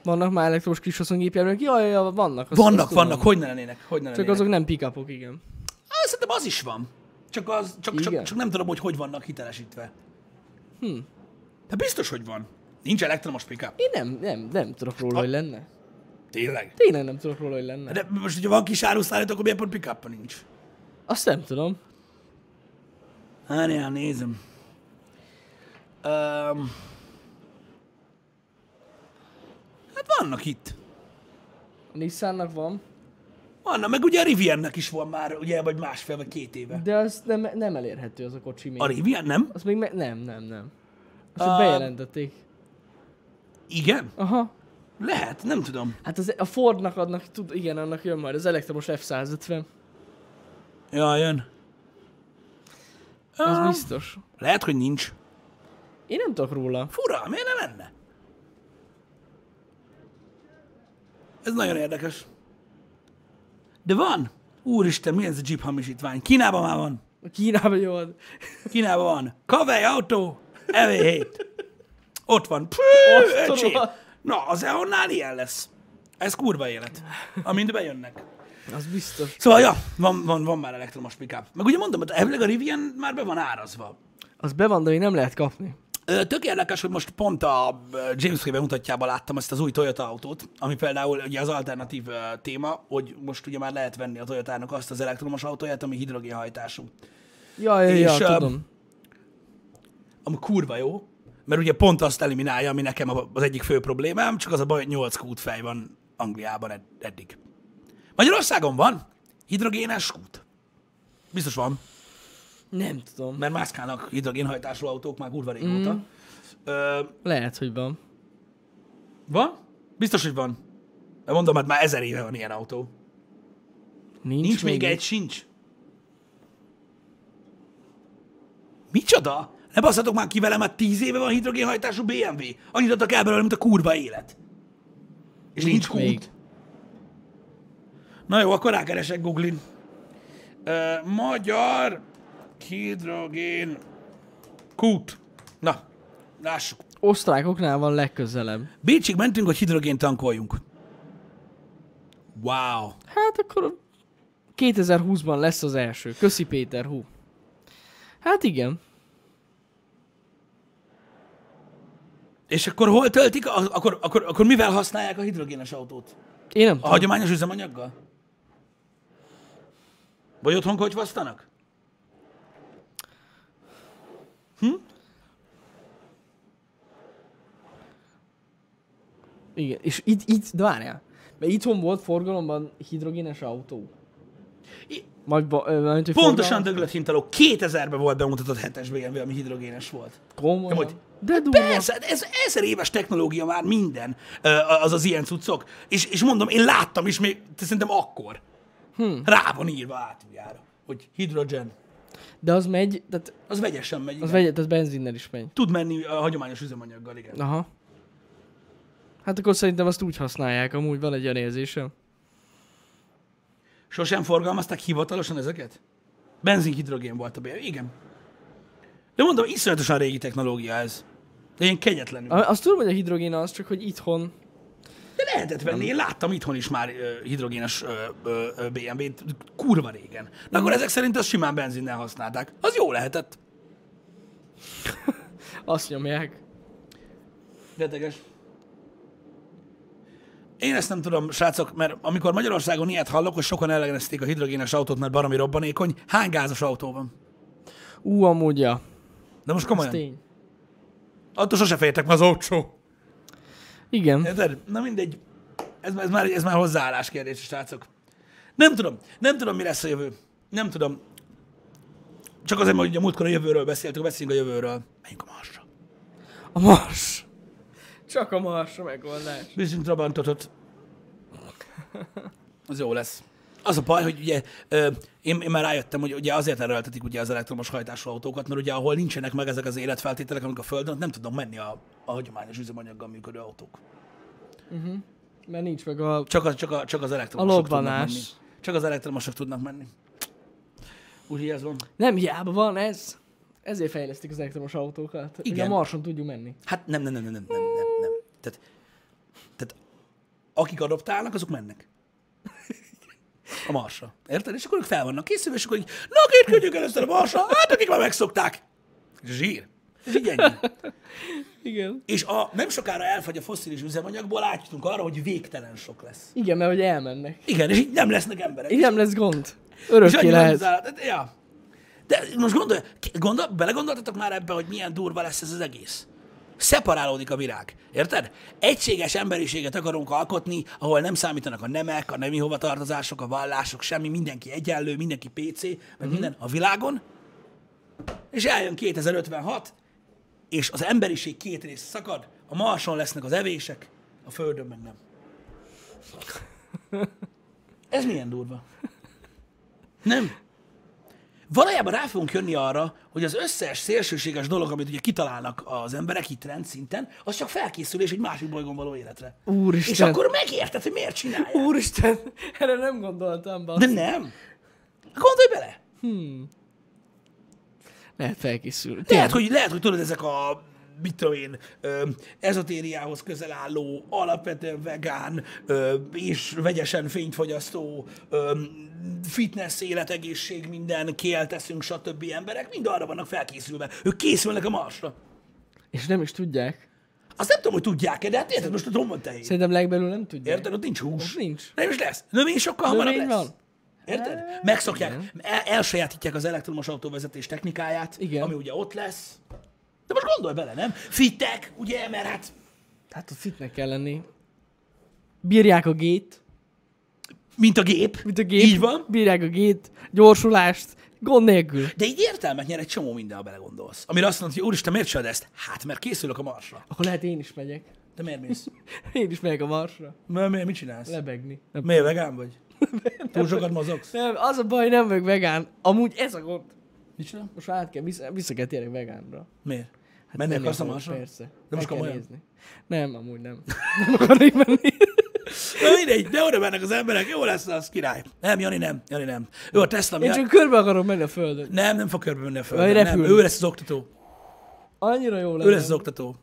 [SPEAKER 2] vannak már elektromos kisasszonygépjárműek. Jaj, jaj, vannak. Azt,
[SPEAKER 1] Vannak,
[SPEAKER 2] azt tudom.
[SPEAKER 1] vannak, hogy ne lennének, hogy ne
[SPEAKER 2] Csak
[SPEAKER 1] lennének.
[SPEAKER 2] azok nem pikapok, igen.
[SPEAKER 1] Á, Szerintem az is van. Csak, az, csak, csak,
[SPEAKER 2] Igen?
[SPEAKER 1] csak nem tudom, hogy hogy vannak hitelesítve. Hm. De biztos, hogy van. Nincs elektromos pickup.
[SPEAKER 2] Én nem, nem, nem tudok róla, hogy lenne.
[SPEAKER 1] Tényleg.
[SPEAKER 2] Tényleg nem tudok róla, hogy lenne.
[SPEAKER 1] De most, hogyha van kis áruszállító, akkor miért pont pickup nincs?
[SPEAKER 2] Azt nem tudom.
[SPEAKER 1] Várjál, nézem. Um, hát vannak itt.
[SPEAKER 2] A Nissannak van,
[SPEAKER 1] Vannak, meg ugye a Riviernek is van már, ugye, vagy másfél, vagy két éve.
[SPEAKER 2] de az nem, nem elérhető az a kocsi még.
[SPEAKER 1] A Rivier, nem?
[SPEAKER 2] Azt még me- nem, nem, nem.
[SPEAKER 1] Ah.
[SPEAKER 2] Azt csak bejelentették.
[SPEAKER 1] Igen?
[SPEAKER 2] Aha.
[SPEAKER 1] Lehet, nem tudom.
[SPEAKER 2] Hát az, a Fordnak adnak, tud, igen, annak jön majd az elektromos F-150.
[SPEAKER 1] Ja, jön.
[SPEAKER 2] Az
[SPEAKER 1] Ah.
[SPEAKER 2] biztos.
[SPEAKER 1] Lehet, hogy nincs.
[SPEAKER 2] Én nem tudok róla.
[SPEAKER 1] Fura, miért ne lenne? Ez nagyon érdekes. De van. Úristen, mi ez a Jeep hamisítvány? Kínában már van.
[SPEAKER 2] A Kínában jó ad.
[SPEAKER 1] Kínában van. Kavej autó, EV7. Ott van. Pű,
[SPEAKER 2] Azt
[SPEAKER 1] öcsém.
[SPEAKER 2] tudom.
[SPEAKER 1] Na, az EON-nál ilyen lesz. Ez kurva élet. Amint bejönnek.
[SPEAKER 2] Az biztos.
[SPEAKER 1] Szóval, ja, van, van, van már elektromos pickup. Meg ugye mondom, hogy elvileg a Rivian már be van árazva.
[SPEAKER 2] Az be van, de még nem lehet kapni.
[SPEAKER 1] Ö, Tök érdekes, hogy most pont a ö, James Way bemutatjában láttam ezt az új Toyota autót, ami például ugye az alternatív ö, téma, hogy most ugye már lehet venni a Toyotának azt az elektromos autóját, ami hidrogénhajtású.
[SPEAKER 2] Ja, ja, ja,
[SPEAKER 1] És, öm,
[SPEAKER 2] tudom.
[SPEAKER 1] ami kurva jó, mert ugye pont azt eliminálja, ami nekem a- az egyik fő problémám, csak az a baj, hogy 8 kútfej van Angliában ed- eddig. Magyarországon van hidrogénes kút. Biztos van,
[SPEAKER 2] Nem tudom.
[SPEAKER 1] mert mászkálnak hidrogénhajtású autók már kurva régóta. Mm. Ö,
[SPEAKER 2] Lehet, hogy van.
[SPEAKER 1] van? Biztos, hogy van. De mondom, hát már ezer éve van ilyen autó.
[SPEAKER 2] Nincs,
[SPEAKER 1] Nincs még egy, sincs. Micsoda? Ne basszatok már ki velem, már tíz éve van hidrogénhajtású BMW. Annyit adtak el belőle, mint a kurva élet. És nincs, nincs
[SPEAKER 2] Nincs
[SPEAKER 1] kút.
[SPEAKER 2] még.
[SPEAKER 1] Na jó, akkor rákeresek Googlin. Ö, magyar hidrogén Kút. Na, lássuk.
[SPEAKER 2] Osztrákoknál van legközelebb.
[SPEAKER 1] Bécsig mentünk, hogy hidrogén tankoljunk. Wow.
[SPEAKER 2] Hát akkor 2020-ban lesz az első. Köszi Péter, hú. Hát igen.
[SPEAKER 1] És akkor hol töltik, a- akkor, akkor, akkor mivel használják a hidrogénes autót?
[SPEAKER 2] Én nem
[SPEAKER 1] A
[SPEAKER 2] tudom.
[SPEAKER 1] hagyományos üzemanyaggal? Vagy otthon kocsvasztanak? Hm?
[SPEAKER 2] Igen. És itt, itt, de várjál. Mert itthon volt forgalomban hidrogénes autó.
[SPEAKER 1] I-
[SPEAKER 2] Majd, ba, ö, mert, hogy
[SPEAKER 1] Pontosan
[SPEAKER 2] forgalom-
[SPEAKER 1] Douglas Hintaló 2000-ben volt bemutatott 7-es BMW, ami hidrogénes volt.
[SPEAKER 2] Komolyan.
[SPEAKER 1] Hogy-
[SPEAKER 2] De durva.
[SPEAKER 1] Persze, hát ez ezer éves technológia már minden, ö, az az ilyen cuccok. És, és mondom, én láttam is még, de szerintem akkor. Hmm. Rá van írva átuljára, hogy hidrogen.
[SPEAKER 2] De az megy, tehát
[SPEAKER 1] Az vegyesen megy,
[SPEAKER 2] az,
[SPEAKER 1] igen. Vegy...
[SPEAKER 2] megy, tehát benzinnel is megy.
[SPEAKER 1] Tud menni a hagyományos üzemanyaggal, igen.
[SPEAKER 2] Aha. Hát akkor szerintem azt úgy használják, amúgy van egy olyan érzésem.
[SPEAKER 1] Sosem forgalmazták hivatalosan ezeket? Benzinhidrogén volt a BMW, igen. De mondom, iszonyatosan régi technológia ez. De ilyen kegyetlenül.
[SPEAKER 2] A- Azt tudom, hogy a hidrogén az, csak hogy itthon
[SPEAKER 1] De lehetett venni, én láttam itthon is már ö, hidrogénes ö, ö, ö, BMW-t, kurva régen. Na akkor ezek szerint azt simán benzinnel használták. Az jó lehetett.
[SPEAKER 2] azt nyomják.
[SPEAKER 1] Reteges. Én ezt nem tudom, srácok, mert amikor Magyarországon ilyet hallok, hogy sokan ellenezték a hidrogénes autót, mert baromi robbanékony, hány gázos autó van?
[SPEAKER 2] Ú, amúgy, ja.
[SPEAKER 1] De most
[SPEAKER 2] Ez
[SPEAKER 1] komolyan,
[SPEAKER 2] tény.
[SPEAKER 1] attól sose féltek, mert az olcsó.
[SPEAKER 2] Igen.
[SPEAKER 1] Érted? Na mindegy. Ez, ez, már, ez már hozzáállás kérdés, srácok. Nem tudom. Nem tudom, mi lesz a jövő. Nem tudom. Csak azért, mert ugye a múltkor a jövőről beszéltünk, beszéljünk a jövőről. Menjünk a Marsra.
[SPEAKER 2] A mars. Csak a marsra megoldás.
[SPEAKER 1] Viszünk Trabantotot. Az jó lesz. Az a baj, hogy ugye ö, én, én már rájöttem, hogy ugye azért erőltetik ugye az elektromos hajtású autókat, mert ugye ahol nincsenek meg ezek az életfeltételek, amik a Földön, ott nem tudnak menni a, a hagyományos üzemanyaggal működő autók.
[SPEAKER 2] Mert nincs meg a...
[SPEAKER 1] Csak, a, csak, a, csak az elektromosok
[SPEAKER 2] A
[SPEAKER 1] tudnak
[SPEAKER 2] lobbanás.
[SPEAKER 1] menni. Csak az elektromosok tudnak menni. Úgyhogy ez van.
[SPEAKER 2] Nem hiába van ez. Ezért fejlesztik az elektromos autókat. Igen.
[SPEAKER 1] Igen.
[SPEAKER 2] a marson tudjuk menni.
[SPEAKER 1] Hát nem, nem, nem, nem, nem, nem, nem. nem. Tehát, tehát akik adoptálnak, azok mennek. A marsra. Érted? És akkor ők fel vannak készülve, és akkor így, na két küldjük először a marsra, hát akik már megszokták. Zsír. Ez így ennyi.
[SPEAKER 2] Igen.
[SPEAKER 1] És a, nem sokára elfogy a fosszilis üzemanyagból, átjutunk arra, hogy végtelen sok lesz.
[SPEAKER 2] Igen, mert hogy elmennek.
[SPEAKER 1] Igen, és így nem lesznek emberek.
[SPEAKER 2] Így nem lesz gond.
[SPEAKER 1] És
[SPEAKER 2] Örökké
[SPEAKER 1] annyi
[SPEAKER 2] lehet.
[SPEAKER 1] van az állat. hát, Ja. De most gondolj, ki- gondol, belegondoltatok már ebbe, hogy milyen durva lesz ez az egész? Szeparálódik a világ. Érted? Egységes emberiséget akarunk alkotni, ahol nem számítanak a nemek, a nemi hovatartozások, a vallások, semmi, mindenki egyenlő, mindenki PC, meg
[SPEAKER 2] Mhm.
[SPEAKER 1] minden a világon. És eljön 2056, és az emberiség két része szakad, a marson lesznek az evések, a földön meg nem. Ez milyen durva. Nem. Valójában rá fogunk jönni arra, hogy az összes szélsőséges dolog, amit ugye kitalálnak az emberek itt rendszinten, az csak felkészülés egy másik bolygón való életre.
[SPEAKER 2] Úristen.
[SPEAKER 1] És akkor megérted, hogy miért csinálják.
[SPEAKER 2] Úristen, erre nem gondoltam be.
[SPEAKER 1] De nem. Gondolj bele.
[SPEAKER 2] Lehet felkészül.
[SPEAKER 1] Lehet, hogy, lehet, hogy tudod, ezek a mit tudom én, ö, ezotériához közel álló, alapvetően vegán ö, és vegyesen fényt fogyasztó, ö, fitness, életegészség, minden, kielteszünk, stb. emberek, mind arra vannak felkészülve. Ők készülnek a marsra.
[SPEAKER 2] És nem is tudják.
[SPEAKER 1] Azt nem tudom, hogy tudják-e, de hát érted, most a romban tehén.
[SPEAKER 2] Szerintem legbelül nem tudják.
[SPEAKER 1] Érted? Ott nincs hús.
[SPEAKER 2] Ott nincs.
[SPEAKER 1] Nem is lesz. Növény sokkal hamarabb
[SPEAKER 2] Növény
[SPEAKER 1] lesz.
[SPEAKER 2] van.
[SPEAKER 1] Érted? Megszokják, el, elsajátítják az elektromos autóvezetés technikáját,
[SPEAKER 2] Igen.
[SPEAKER 1] ami ugye ott lesz. De most gondolj bele, nem? Fittek, ugye, mert hát
[SPEAKER 2] Tehát ott fitnek kell lenni. Bírják a gét.
[SPEAKER 1] mint a gép.
[SPEAKER 2] Mint a gép.
[SPEAKER 1] Így van.
[SPEAKER 2] Bírják a gét. Gyorsulást. Gond nélkül.
[SPEAKER 1] De így értelmet nyer egy csomó minden, ha belegondolsz. Amire azt mondod, hogy úristen, miért csinálod ezt? Hát, mert készülök a marsra.
[SPEAKER 2] Akkor lehet én is megyek.
[SPEAKER 1] De miért mész?
[SPEAKER 2] Én is megyek a marsra.
[SPEAKER 1] Mert miért, mit csinálsz?
[SPEAKER 2] Lebegni.
[SPEAKER 1] Miért vegán vagy? Túl sokat mozogsz?
[SPEAKER 2] Nem, az a baj, nem vagyok vegán. Amúgy ez a gond.
[SPEAKER 1] Mit csinál?
[SPEAKER 2] Most már át kell, vissza, vissza kell térni vegánra.
[SPEAKER 1] Miért? Hát Menni akarsz a
[SPEAKER 2] akarok,
[SPEAKER 1] marsra?
[SPEAKER 2] Persze.
[SPEAKER 1] De most
[SPEAKER 2] Meg kell
[SPEAKER 1] komolyan?
[SPEAKER 2] nézni. Nem, amúgy nem. Nem akarok menni.
[SPEAKER 1] Na mindegy, de oda mennek az emberek, jó lesz az király. Nem, Jani nem, Jani nem. Ő a Tesla
[SPEAKER 2] Én
[SPEAKER 1] miatt.
[SPEAKER 2] csak körbe akarok menni a földön.
[SPEAKER 1] Nem, nem fog körbe menni a
[SPEAKER 2] Vagy
[SPEAKER 1] földön. Nem,
[SPEAKER 2] repülni.
[SPEAKER 1] ő lesz az oktató.
[SPEAKER 2] Annyira jó
[SPEAKER 1] Ő
[SPEAKER 2] lenne.
[SPEAKER 1] lesz az oktató.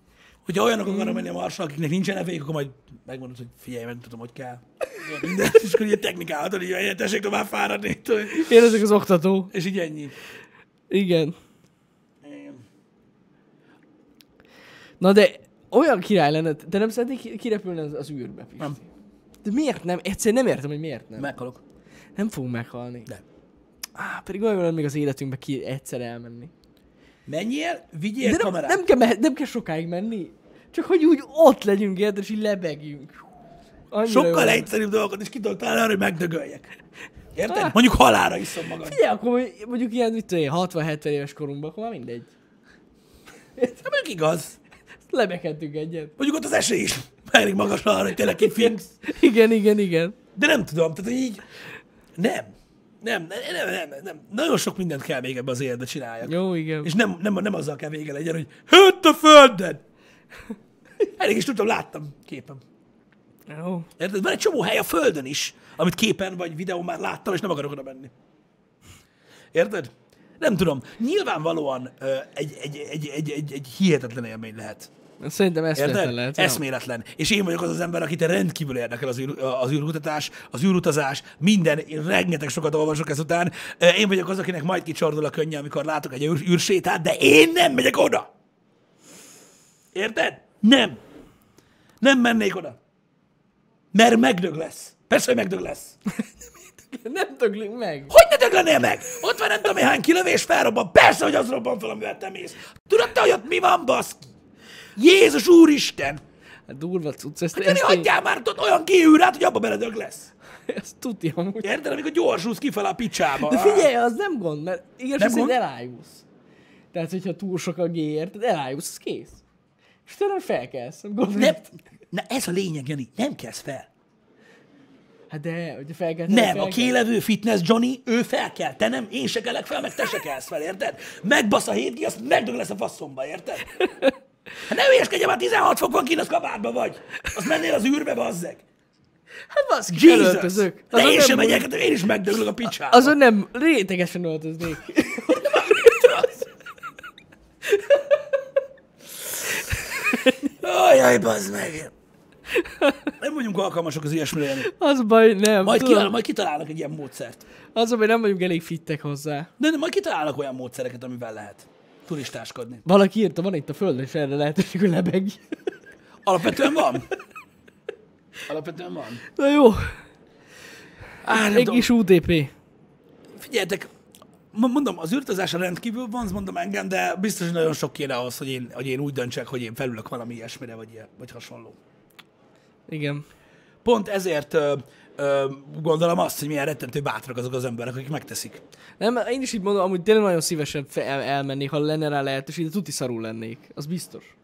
[SPEAKER 1] Hogyha olyanok
[SPEAKER 2] Hmm.
[SPEAKER 1] akarnak menni a marsra, akiknek nincsen evék, akkor majd megmondod, hogy figyelj, meg tudom, hogy kell.
[SPEAKER 2] Hmm.
[SPEAKER 1] Minden, és akkor ilyen technikálhat, hogy ilyen, tessék tovább fáradni. tudod.
[SPEAKER 2] Én ezek az oktató.
[SPEAKER 1] És így ennyi.
[SPEAKER 2] Igen. Na de olyan király lenne, te nem szeretnél ki- kirepülni az, az űrbe, Pisti?
[SPEAKER 1] Nem.
[SPEAKER 2] De miért nem? Egyszerűen nem értem, hogy miért nem.
[SPEAKER 1] Meghalok.
[SPEAKER 2] nem fogunk meghalni.
[SPEAKER 1] De.
[SPEAKER 2] Á, pedig olyan lenne még az életünkbe ki egyszer elmenni.
[SPEAKER 1] Menjél, vigyél
[SPEAKER 2] De nem,
[SPEAKER 1] kamerát.
[SPEAKER 2] nem, kell, mehe- nem kell sokáig menni. Csak hogy úgy ott legyünk, érted, és így lebegjünk. Annyira jó
[SPEAKER 1] Sokkal
[SPEAKER 2] lenne.
[SPEAKER 1] egyszerűbb dolgokat is ki tudok találni arra, hogy megdögöljek. Érted?
[SPEAKER 2] Ah.
[SPEAKER 1] Mondjuk halára iszom magam.
[SPEAKER 2] Figyelj, akkor mondj- mondjuk ilyen, mit tudom én, 60-70 éves korunkban, akkor már mindegy.
[SPEAKER 1] Hát meg igaz.
[SPEAKER 2] Lebeghetünk egyet.
[SPEAKER 1] Mondjuk ott az esély is elég magas arra, hogy tényleg kifix.
[SPEAKER 2] Igen, igen, igen.
[SPEAKER 1] De nem tudom, tehát hogy így... Nem. Nem, nem, nem, nem, nem. Nagyon sok mindent kell még ebbe az életbe csináljak.
[SPEAKER 2] Jó, igen.
[SPEAKER 1] És nem, nem, nem azzal kell vége legyen, hogy hát a földön! Elég is tudtam, láttam képen.
[SPEAKER 2] Jó.
[SPEAKER 1] Érted? Van egy csomó hely a földön is, amit képen vagy videón már láttam, és nem akarok oda menni. Érted? Nem tudom. Nyilvánvalóan ö, egy, egy, egy, egy, egy, egy hihetetlen élmény lehet.
[SPEAKER 2] Szerintem eszméletlen
[SPEAKER 1] Érted?
[SPEAKER 2] lehet. ja.
[SPEAKER 1] Eszméletlen. És én vagyok az az ember, akit rendkívül érdekel az, űr, az űrkutatás, az űrutazás, minden. Én rengeteg sokat olvasok ezután. Ö, Én vagyok az, akinek majd kicsordul a könnye, amikor látok egy űr, űrsétát, de én nem megyek oda. Érted? Nem. Nem mennék oda. Mert megdög lesz. Persze, hogy megdög lesz.
[SPEAKER 2] Nem töglünk meg.
[SPEAKER 1] Hogy ne döglenél meg? Ott van nem tudom én hány kilövés, felrobban. Persze, hogy az robban fel, amivel te mész. Tudod te, hogy ott mi van, baszki? Jézus Úristen!
[SPEAKER 2] Hát durva cucc, ezt,
[SPEAKER 1] Jani,
[SPEAKER 2] ezt, én,
[SPEAKER 1] hagyjál már, tudod, olyan kiűrát, hogy abba beledög lesz.
[SPEAKER 2] ezt tuti amúgy.
[SPEAKER 1] Érted, amikor gyorsulsz kifele a picsába.
[SPEAKER 2] De figyelj, az nem gond, mert igaz,
[SPEAKER 1] Nem
[SPEAKER 2] az, hogy
[SPEAKER 1] gond?
[SPEAKER 2] elájulsz. Tehát, hogyha túl sok a G, érted, elájulsz, az kész. És utána felkelsz, nem gond.
[SPEAKER 1] Ah. Nem, na ez a lényeg, Jani, nem kezd fel.
[SPEAKER 2] Hát de, hogyha felkelsz,
[SPEAKER 1] Nem, a
[SPEAKER 2] felkelsz.
[SPEAKER 1] kélevő fitness Johnny, ő fel kell, te nem, én se kelek fel, meg te se kelsz fel, érted? Megbasz a hétgi, azt megdög lesz a faszomba, érted? Hát ne hülyeskedj, már 16 fok van kint, az kabátba vagy. Azt mennél az űrbe, bazzeg.
[SPEAKER 2] Hát baszki,
[SPEAKER 1] Jesus!
[SPEAKER 2] elöltözök.
[SPEAKER 1] De én sem
[SPEAKER 2] nem,
[SPEAKER 1] megyek, hát én is megdöglök a picsába.
[SPEAKER 2] azon nem, rétegesen öltöznék.
[SPEAKER 1] Ajaj, bazd meg. Nem vagyunk alkalmasak az ilyesmire, Jani.
[SPEAKER 2] Az baj, nem.
[SPEAKER 1] Majd,
[SPEAKER 2] tudod,
[SPEAKER 1] kitalál, majd kitalálnak egy ilyen módszert.
[SPEAKER 2] Az a baj, nem vagyunk elég fittek hozzá.
[SPEAKER 1] De, de majd kitalálnak olyan módszereket, amivel lehet turistáskodni.
[SPEAKER 2] Valaki írta, van itt a földön, és erre lehetőség, hogy lebegj.
[SPEAKER 1] Alapvetően van. Alapvetően van.
[SPEAKER 2] Na jó,
[SPEAKER 1] Á, nem
[SPEAKER 2] egy
[SPEAKER 1] tudom.
[SPEAKER 2] kis UDP.
[SPEAKER 1] Figyeljetek, mo- mondom, az űrtazásra rendkívül van, mondom engem, de biztos, hogy nagyon sok kéne ahhoz, hogy én, hogy én úgy döntsek, hogy én felülök valami ilyesmire, vagy, ilyen, vagy hasonló.
[SPEAKER 2] Igen.
[SPEAKER 1] Pont ezért ö, ö, gondolom azt, hogy milyen rettentő bátrak azok az emberek, akik megteszik.
[SPEAKER 2] Nem, én is így mondom, amúgy tényleg nagyon szívesen fe- el- elmennék, ha lenne rá lehetőség, de tuti szarul lennék. Az biztos.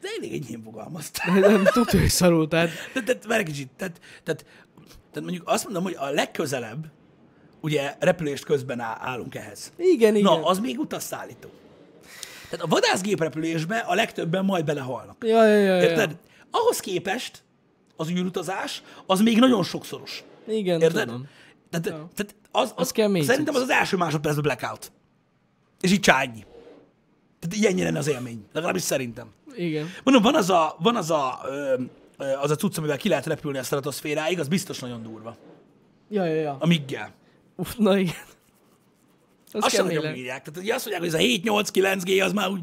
[SPEAKER 1] De elég enyhén fogalmaztál.
[SPEAKER 2] Nem tudja, hogy szarul, tehát
[SPEAKER 1] Tehát, tehát várj egy kicsit, tehát, tehát, tehát mondjuk azt mondom, hogy a legközelebb, ugye repülést közben á- állunk ehhez.
[SPEAKER 2] igen, igen.
[SPEAKER 1] Na, az még utasszállító. Tehát a vadászgéprepülésbe a legtöbben majd belehalnak.
[SPEAKER 2] Ja, ja, ja, ja.
[SPEAKER 1] Érted? Ahhoz képest az űrutazás az még nagyon sokszoros.
[SPEAKER 2] Igen,
[SPEAKER 1] Érted?
[SPEAKER 2] tudom.
[SPEAKER 1] Tehát, tehát az, az,
[SPEAKER 2] Az kemény
[SPEAKER 1] Szerintem az
[SPEAKER 2] cucc.
[SPEAKER 1] az első másodpercben blackout. És így csányi. Tehát ilyen lenne az élmény. Legalábbis szerintem.
[SPEAKER 2] Igen.
[SPEAKER 1] Mondom, van az a, van az a, ö, ö, az a cucc, amivel ki lehet repülni a stratoszféráig, az biztos nagyon durva.
[SPEAKER 2] Ja, ja, ja.
[SPEAKER 1] A miggel.
[SPEAKER 2] Uf, na igen. Az
[SPEAKER 1] Azt sem
[SPEAKER 2] kemény
[SPEAKER 1] nagyon
[SPEAKER 2] lehet.
[SPEAKER 1] bírják. Tehát ugye azt mondják, hogy ez a 7-8-9G az már úgy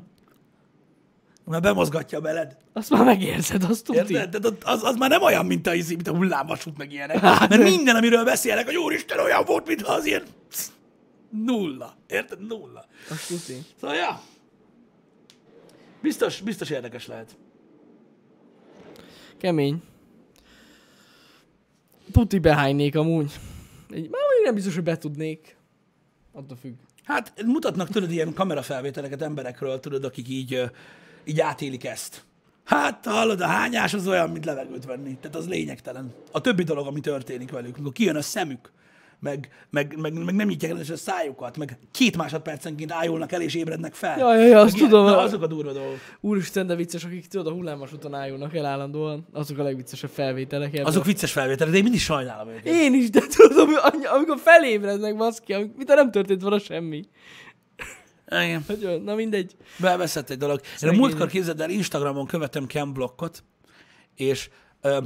[SPEAKER 1] már bemozgatja beled.
[SPEAKER 2] Azt már megérzed, azt tuti.
[SPEAKER 1] Érted? Tehát ott- az, az, már nem olyan, mint a, izé, mint a hullámvasút, meg ilyenek.
[SPEAKER 2] Hát,
[SPEAKER 1] Mert
[SPEAKER 2] de-
[SPEAKER 1] minden, amiről beszélnek, hogy úristen olyan volt, mintha az ilyen psz, nulla. Érted? Nulla.
[SPEAKER 2] Azt tuti.
[SPEAKER 1] Szóval, ja. Biztos, biztos érdekes lehet.
[SPEAKER 2] Kemény. Tuti behánynék amúgy. Egy, már mondjuk nem biztos, hogy betudnék. Attól függ.
[SPEAKER 1] Hát mutatnak tudod ilyen kamerafelvételeket emberekről, tudod, akik így, ö, így átélik ezt. Hát, hallod, a hányás az olyan, mint levegőt venni. Tehát az lényegtelen. A többi dolog, ami történik velük, amikor kijön a szemük, meg, meg, meg, meg nem nyitják rendesen a szájukat, meg két másodpercenként ájulnak el és ébrednek fel.
[SPEAKER 2] Ja, ja, ja, azt
[SPEAKER 1] Meg ilyen-
[SPEAKER 2] tudom.
[SPEAKER 1] Na, azok a durva dolgok.
[SPEAKER 2] Úristen, de vicces, akik tudod, a hullámvasúton álljulnak el állandóan, azok a legviccesebb felvételek. ebből.
[SPEAKER 1] Azok vicces felvételek, de én mindig sajnálom őket.
[SPEAKER 2] Én is, de tudod, ami- annyi- amikor felébrednek, baszki, amik- mintha nem történt volna semmi.
[SPEAKER 1] Igen.
[SPEAKER 2] Nagyon, na mindegy.
[SPEAKER 1] Belveszett egy dolog. Én a
[SPEAKER 2] Szegény.
[SPEAKER 1] múltkor képzeld el, Instagramon követem Ken Blockot, és ö,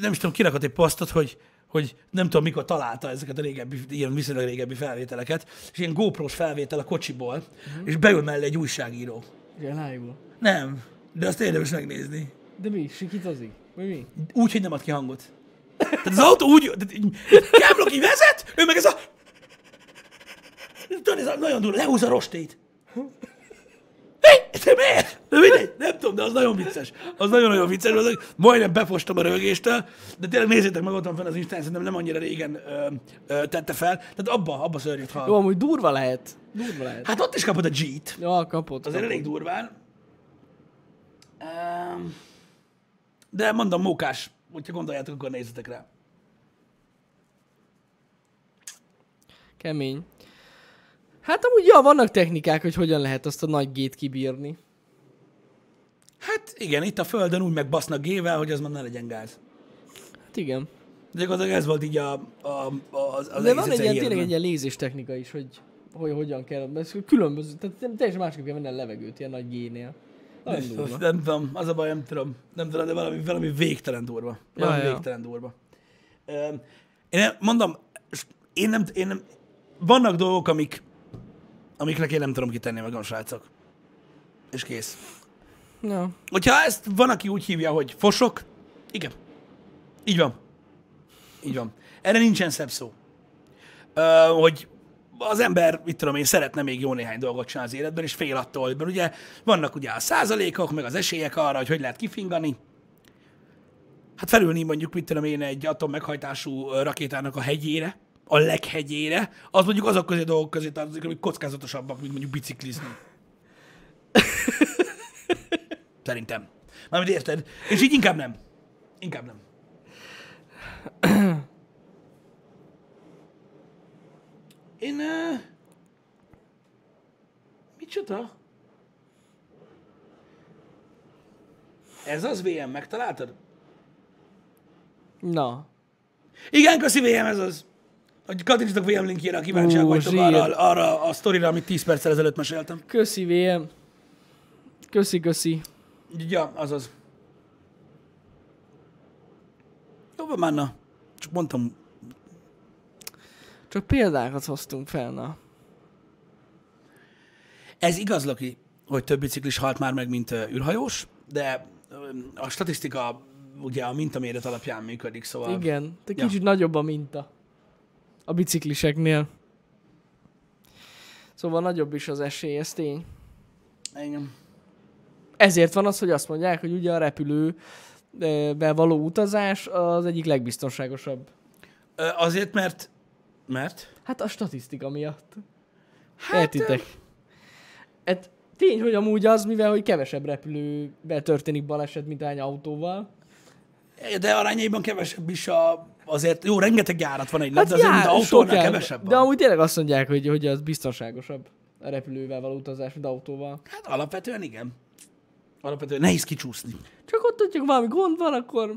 [SPEAKER 1] nem is tudom, kirakott egy posztot, hogy, hogy nem tudom, mikor találta ezeket a régebbi, ilyen viszonylag régebbi felvételeket, és ilyen GoPro-s felvétel a kocsiból, uh-huh. és beül mellé egy újságíró.
[SPEAKER 2] Igen, lájúl.
[SPEAKER 1] Nem, de azt érdemes megnézni.
[SPEAKER 2] De mi? Sikítozik? Vagy mi?
[SPEAKER 1] Úgy, hogy nem ad ki hangot. Tehát az autó úgy, tehát így- Ken Block így vezet, ő meg ez a... Tudod, ez a nagyon durva, lehúz a rostét. Hé, te miért? De mindegy, nem tudom, de az nagyon vicces. Az nagyon-nagyon vicces, az, majdnem befostam a rögéstől, de tényleg nézzétek meg ott van fenn az Instán, szerintem nem annyira régen ö, ö, tette fel, tehát abba, abba szörnyűt
[SPEAKER 2] Jó,
[SPEAKER 1] hal.
[SPEAKER 2] amúgy durva lehet. Durva lehet.
[SPEAKER 1] Hát ott is kapod a G-t,
[SPEAKER 2] Ja, kapott.
[SPEAKER 1] azért elég
[SPEAKER 2] kapott.
[SPEAKER 1] durván. Ehm, De mondom, mókás, hogyha gondoljátok, akkor nézzetek rá.
[SPEAKER 2] Kemény. Hát amúgy, ja, vannak technikák, hogy hogyan lehet azt a nagy gét kibírni.
[SPEAKER 1] Hát igen, itt a földön úgy megbasznak gével, hogy az már ne legyen gáz.
[SPEAKER 2] Hát igen.
[SPEAKER 1] De gyakorlatilag ez volt így a, a, a, az, az
[SPEAKER 2] De
[SPEAKER 1] egész
[SPEAKER 2] van
[SPEAKER 1] egyszer
[SPEAKER 2] egy ilyen, tényleg egy
[SPEAKER 1] hihetetlen.
[SPEAKER 2] ilyen lézés technika is, hogy, hogy hogyan kell. Ez különböző, tehát teljesen másképp kell venni a levegőt ilyen nagy génél. Nagyon durva.
[SPEAKER 1] Nem tudom, az a baj, nem tudom. Nem tudom, de valami, valami végtelen durva. Valami
[SPEAKER 2] ja.
[SPEAKER 1] végtelen durva. Öm, Én nem- mondom, s- én nem, én nem, vannak dolgok, amik, amiknek én nem tudom kitenni magam, srácok. És kész.
[SPEAKER 2] Ja.
[SPEAKER 1] Hogyha ezt van, aki úgy hívja, hogy fosok, igen. Így van. Így van. Erre nincsen szebb szó. Ö, hogy az ember, mit tudom én, szeretne még jó néhány dolgot csinálni az életben, és fél attól, mert ugye vannak ugye a százalékok, meg az esélyek arra, hogy hogy lehet kifingani. Hát felülni mondjuk, mit tudom én, egy atom meghajtású ö, rakétának a hegyére, a leghegyére, az mondjuk azok közé a dolgok közé tartozik, amik kockázatosabbak, mint mondjuk biciklizni. Szerintem. Mármint érted? És így inkább nem. Inkább nem. Én... Uh... Micsoda? Ez az VM, megtaláltad?
[SPEAKER 2] Na.
[SPEAKER 1] Igen, köszi VM, ez az. Hogy kattintsatok VM linkjére, ha kíváncsiak
[SPEAKER 2] Ú,
[SPEAKER 1] vagytok
[SPEAKER 2] zsír.
[SPEAKER 1] arra, arra a sztorira, amit 10 perccel ezelőtt meséltem.
[SPEAKER 2] Köszi, VM. Köszi, köszi.
[SPEAKER 1] Ja, azaz. Jó van, Manna. Csak mondtam,
[SPEAKER 2] Csak példákat hoztunk fel, na.
[SPEAKER 1] Ez igaz, Loki, hogy több biciklis halt már meg, mint ö, űrhajós, de ö, a statisztika ugye a mintaméret alapján működik, szóval...
[SPEAKER 2] Igen, de
[SPEAKER 1] Ja.
[SPEAKER 2] kicsit nagyobb a minta. A bicikliseknél. Szóval nagyobb is az esély, ez tény.
[SPEAKER 1] Igen.
[SPEAKER 2] Ezért van az, hogy azt mondják, hogy ugye a repülő ö, be való utazás az egyik legbiztonságosabb.
[SPEAKER 1] Ö, Azért, mert... Mert?
[SPEAKER 2] Hát a statisztika miatt.
[SPEAKER 1] Hát,
[SPEAKER 2] Értitek? Hát tény, hogy amúgy az, mivel hogy kevesebb repülőbe történik baleset, mint hány autóval.
[SPEAKER 1] ö, De arányaiban kevesebb is a... Azért jó, rengeteg járat van egy nap,
[SPEAKER 2] Hát
[SPEAKER 1] de azért, mint
[SPEAKER 2] jár-
[SPEAKER 1] autónál
[SPEAKER 2] sok jár-
[SPEAKER 1] kevesebb van.
[SPEAKER 2] De amúgy tényleg azt mondják, hogy, hogy az biztonságosabb a repülővel való utazás, mint autóval.
[SPEAKER 1] Hát alapvetően igen. Alapvetően nehéz kicsúszni.
[SPEAKER 2] Csak ott, hogyha valami gond van, akkor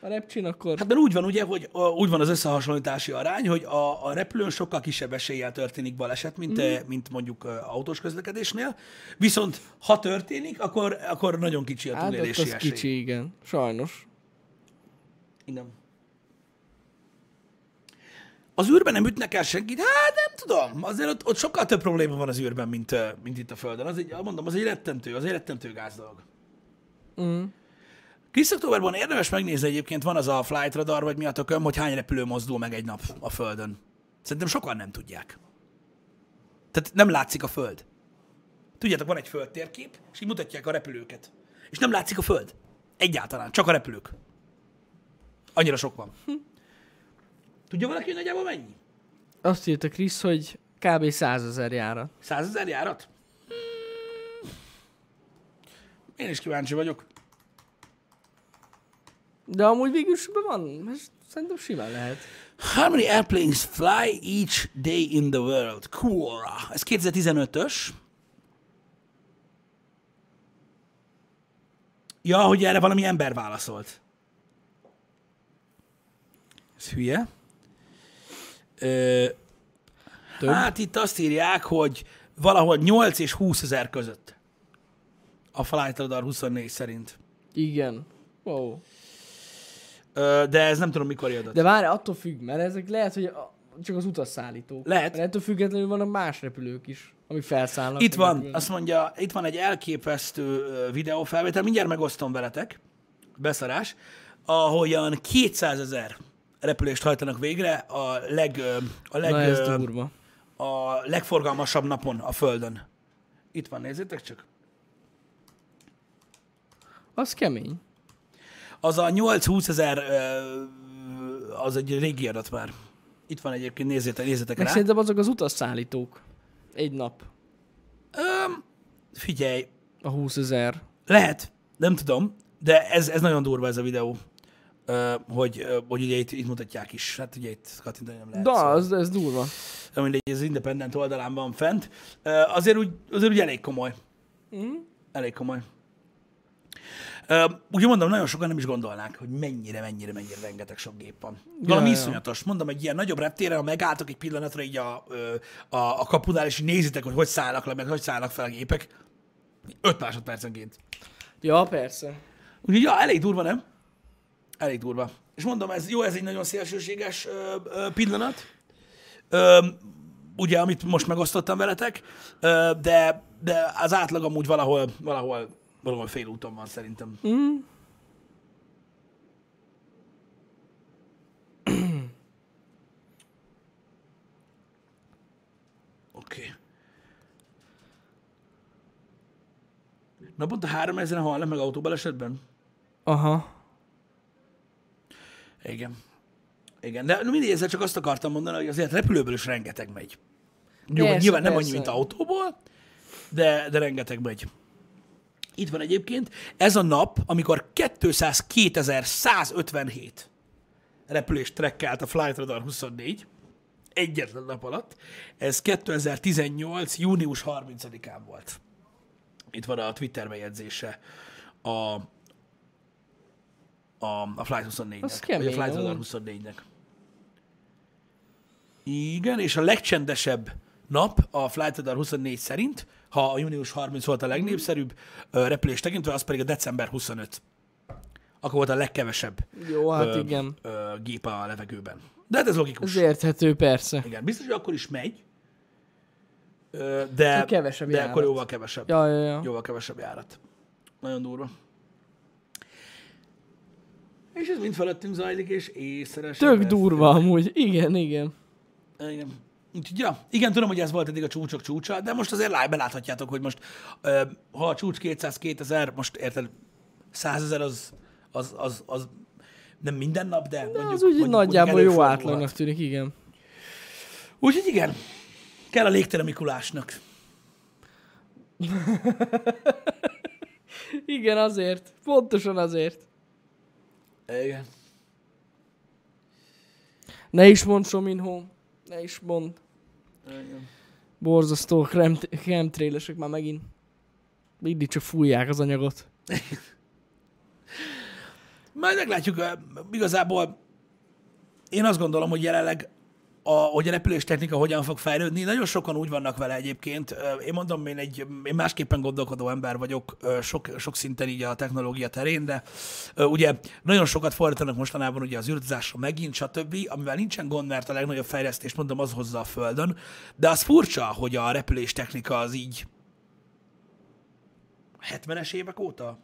[SPEAKER 2] a repcsin, akkor...
[SPEAKER 1] Hát mert úgy van, ugye, hogy a, úgy van az összehasonlítási arány, hogy a, a repülőn sokkal kisebb eséllyel történik baleset,
[SPEAKER 2] Mhm.
[SPEAKER 1] mint, mm. mint mondjuk ö, autós közlekedésnél. Viszont ha történik, akkor, akkor nagyon kicsi a
[SPEAKER 2] hát ott
[SPEAKER 1] túlélési
[SPEAKER 2] az
[SPEAKER 1] hát, esély.
[SPEAKER 2] kicsi, igen. Sajnos.
[SPEAKER 1] Igen. Az űrben nem ütnek el senkit? Hát nem tudom. Azért ott, ott sokkal több probléma van az űrben, mint, ö, mint itt a Földön. Az egy, mondom, az egy rettentő, az egy rettentő gáz dolog.
[SPEAKER 2] Mm.
[SPEAKER 1] Krisztoktóberban érdemes megnézni egyébként, van az a flight radar, vagy mi a tököm, hogy hány repülő mozdul meg egy nap a Földön. Szerintem sokan nem tudják. Tehát nem látszik a Föld. Tudjátok, van egy földtérkép, és így mutatják a repülőket. És nem látszik a Föld. Egyáltalán, csak a repülők. Annyira sok van. Tudja valaki, hogy nagyjából mennyi?
[SPEAKER 2] Azt írta Krisz, hogy kb. 100 ezer járat.
[SPEAKER 1] Százezer járat? Hmm. Én is kíváncsi vagyok.
[SPEAKER 2] De amúgy végül is be van, ez szerintem simán lehet.
[SPEAKER 1] How many airplanes fly each day in the world? Cool. Ez 2015-ös. Ja, hogy erre valami ember válaszolt. Ez hülye. Ö,
[SPEAKER 2] Több?
[SPEAKER 1] Hát itt azt írják, hogy valahol 8 és 20 ezer között. A Flight Radar 24 szerint.
[SPEAKER 2] Igen. Wow.
[SPEAKER 1] Ö, De ez nem tudom, mikor jött.
[SPEAKER 2] De várj, attól függ, mert ezek lehet, hogy a- csak az utasszállító.
[SPEAKER 1] Lehet.
[SPEAKER 2] Mert ettől függetlenül vannak más repülők is, amik felszállnak.
[SPEAKER 1] Itt van,
[SPEAKER 2] repülnek.
[SPEAKER 1] azt mondja, itt van egy elképesztő ö, videófelvétel, mindjárt megosztom veletek, beszarás, ahogyan 200 ezer repülést hajtanak végre a, leg, ö, a, leg,
[SPEAKER 2] Na ez
[SPEAKER 1] ö,
[SPEAKER 2] durva.
[SPEAKER 1] a legforgalmasabb napon a Földön. Itt van, nézzétek csak.
[SPEAKER 2] Az kemény.
[SPEAKER 1] Az a 8-20 ezer, ö, az egy régi adat már. Itt van egyébként, nézzétek, nézzétek
[SPEAKER 2] Meg
[SPEAKER 1] rá.
[SPEAKER 2] szerintem azok az utasszállítók. Egy nap.
[SPEAKER 1] Öm, figyelj,
[SPEAKER 2] A 20 ezer.
[SPEAKER 1] Lehet, nem tudom, de ez, ez nagyon durva ez a videó, Ö, hogy, ö, hogy ugye itt, itt mutatják is. Hát ugye itt kattintani nem lehet.
[SPEAKER 2] Da, az, ez durva.
[SPEAKER 1] Szóval, mindegy, ez independent oldalán van fent. Ö, Azért úgy, azért úgy elég komoly.
[SPEAKER 2] Mhm.
[SPEAKER 1] Elég komoly. Ö, Úgy mondom, nagyon sokan nem is gondolnák, hogy mennyire, mennyire, mennyire rengeteg sok gép van. Valami
[SPEAKER 2] ja.
[SPEAKER 1] iszonyatos. Mondom, egy ilyen nagyobb reptére, ha megálltok egy pillanatra így a, ö, a, a kapunál, és így nézitek, hogy hogy szállnak le, meg hogy szállnak fel a gépek. 5 másodpercenként.
[SPEAKER 2] Ja, persze.
[SPEAKER 1] Úgyhogy ja, elég durva, nem? Elég durva. És mondom, ez jó, ez egy nagyon szélsőséges ö, ö, pillanat. Ö, ugye, amit most megosztottam veletek, ö, de, de az átlag amúgy valahol, valahol, valahol félúton van szerintem. Mm. Oké. Okay. Naponta 3000-en halnak meg autóbalesetben?
[SPEAKER 2] Aha.
[SPEAKER 1] Igen. Igen, de mindig ezzel csak azt akartam mondani, hogy azért repülőből is rengeteg megy. Jó,
[SPEAKER 2] Persze,
[SPEAKER 1] nyilván nem annyi,
[SPEAKER 2] persze.
[SPEAKER 1] mint autóból, de, de rengeteg megy. Itt van egyébként ez a nap, amikor 202.157 repülést trekkelt a Flight Radar 24 egyetlen nap alatt. Ez 2018. június 30-án volt. Itt van a Twitter bejegyzése a, a, a Flight 24-nek.
[SPEAKER 2] Az
[SPEAKER 1] vagy a
[SPEAKER 2] kemény,
[SPEAKER 1] Flight Radar
[SPEAKER 2] amúgy.
[SPEAKER 1] 24-nek. Igen, és a legcsendesebb nap a Flight Radar 24 szerint, ha a június 30 volt a legnépszerűbb ö, repülés tekintve, az pedig a december 25. Akkor volt a legkevesebb
[SPEAKER 2] Jó, hát
[SPEAKER 1] ö,
[SPEAKER 2] igen.
[SPEAKER 1] ö, gép a levegőben. De hát ez logikus.
[SPEAKER 2] Ez érthető, persze.
[SPEAKER 1] Igen, biztos, hogy akkor is megy, ö, de,
[SPEAKER 2] Csak kevesebb
[SPEAKER 1] de
[SPEAKER 2] járat.
[SPEAKER 1] akkor jóval kevesebb.
[SPEAKER 2] Ja, ja, ja.
[SPEAKER 1] Jóval kevesebb járat. Nagyon durva. És ez mind felettünk zajlik, és észre sem
[SPEAKER 2] Tök
[SPEAKER 1] veszünk.
[SPEAKER 2] durva amúgy. Igen, igen.
[SPEAKER 1] Igen. Úgyhogy, ja, igen, tudom, hogy ez volt eddig a csúcsok csúcsa, de most azért láj, beláthatjátok, hogy most, ö, ha a csúcs 200-2000, most érted, 100 ezer az, az, az, az, nem minden nap, de,
[SPEAKER 2] De
[SPEAKER 1] mondjuk,
[SPEAKER 2] az úgy
[SPEAKER 1] mondjuk,
[SPEAKER 2] nagyjából
[SPEAKER 1] mondjuk
[SPEAKER 2] jó
[SPEAKER 1] előfordulhat.
[SPEAKER 2] átlagnak tűnik, igen.
[SPEAKER 1] Úgyhogy igen, kell a légtere Mikulásnak.
[SPEAKER 2] Igen, azért. Pontosan azért.
[SPEAKER 1] Igen.
[SPEAKER 2] Ne is mondd, Sominho. Ne is mondd.
[SPEAKER 1] igen.
[SPEAKER 2] Borzasztó krem- kremtrélesek már megint. Mindig csak fújják az anyagot.
[SPEAKER 1] Majd meglátjuk, ö, igazából én azt gondolom, hogy jelenleg a, hogy a repüléstechnika hogyan fog fejlődni. Nagyon sokan úgy vannak vele egyébként. Ö, Én mondom, én egy én másképpen gondolkodó ember vagyok ö, sok, sok szinten így a technológia terén, de ö, ugye nagyon sokat fordítanak mostanában ugye az űrtizásra megint, stb., amivel nincsen gond, mert a legnagyobb fejlesztés mondom az hozza a Földön, de az furcsa, hogy a repüléstechnika az így 70-es évek óta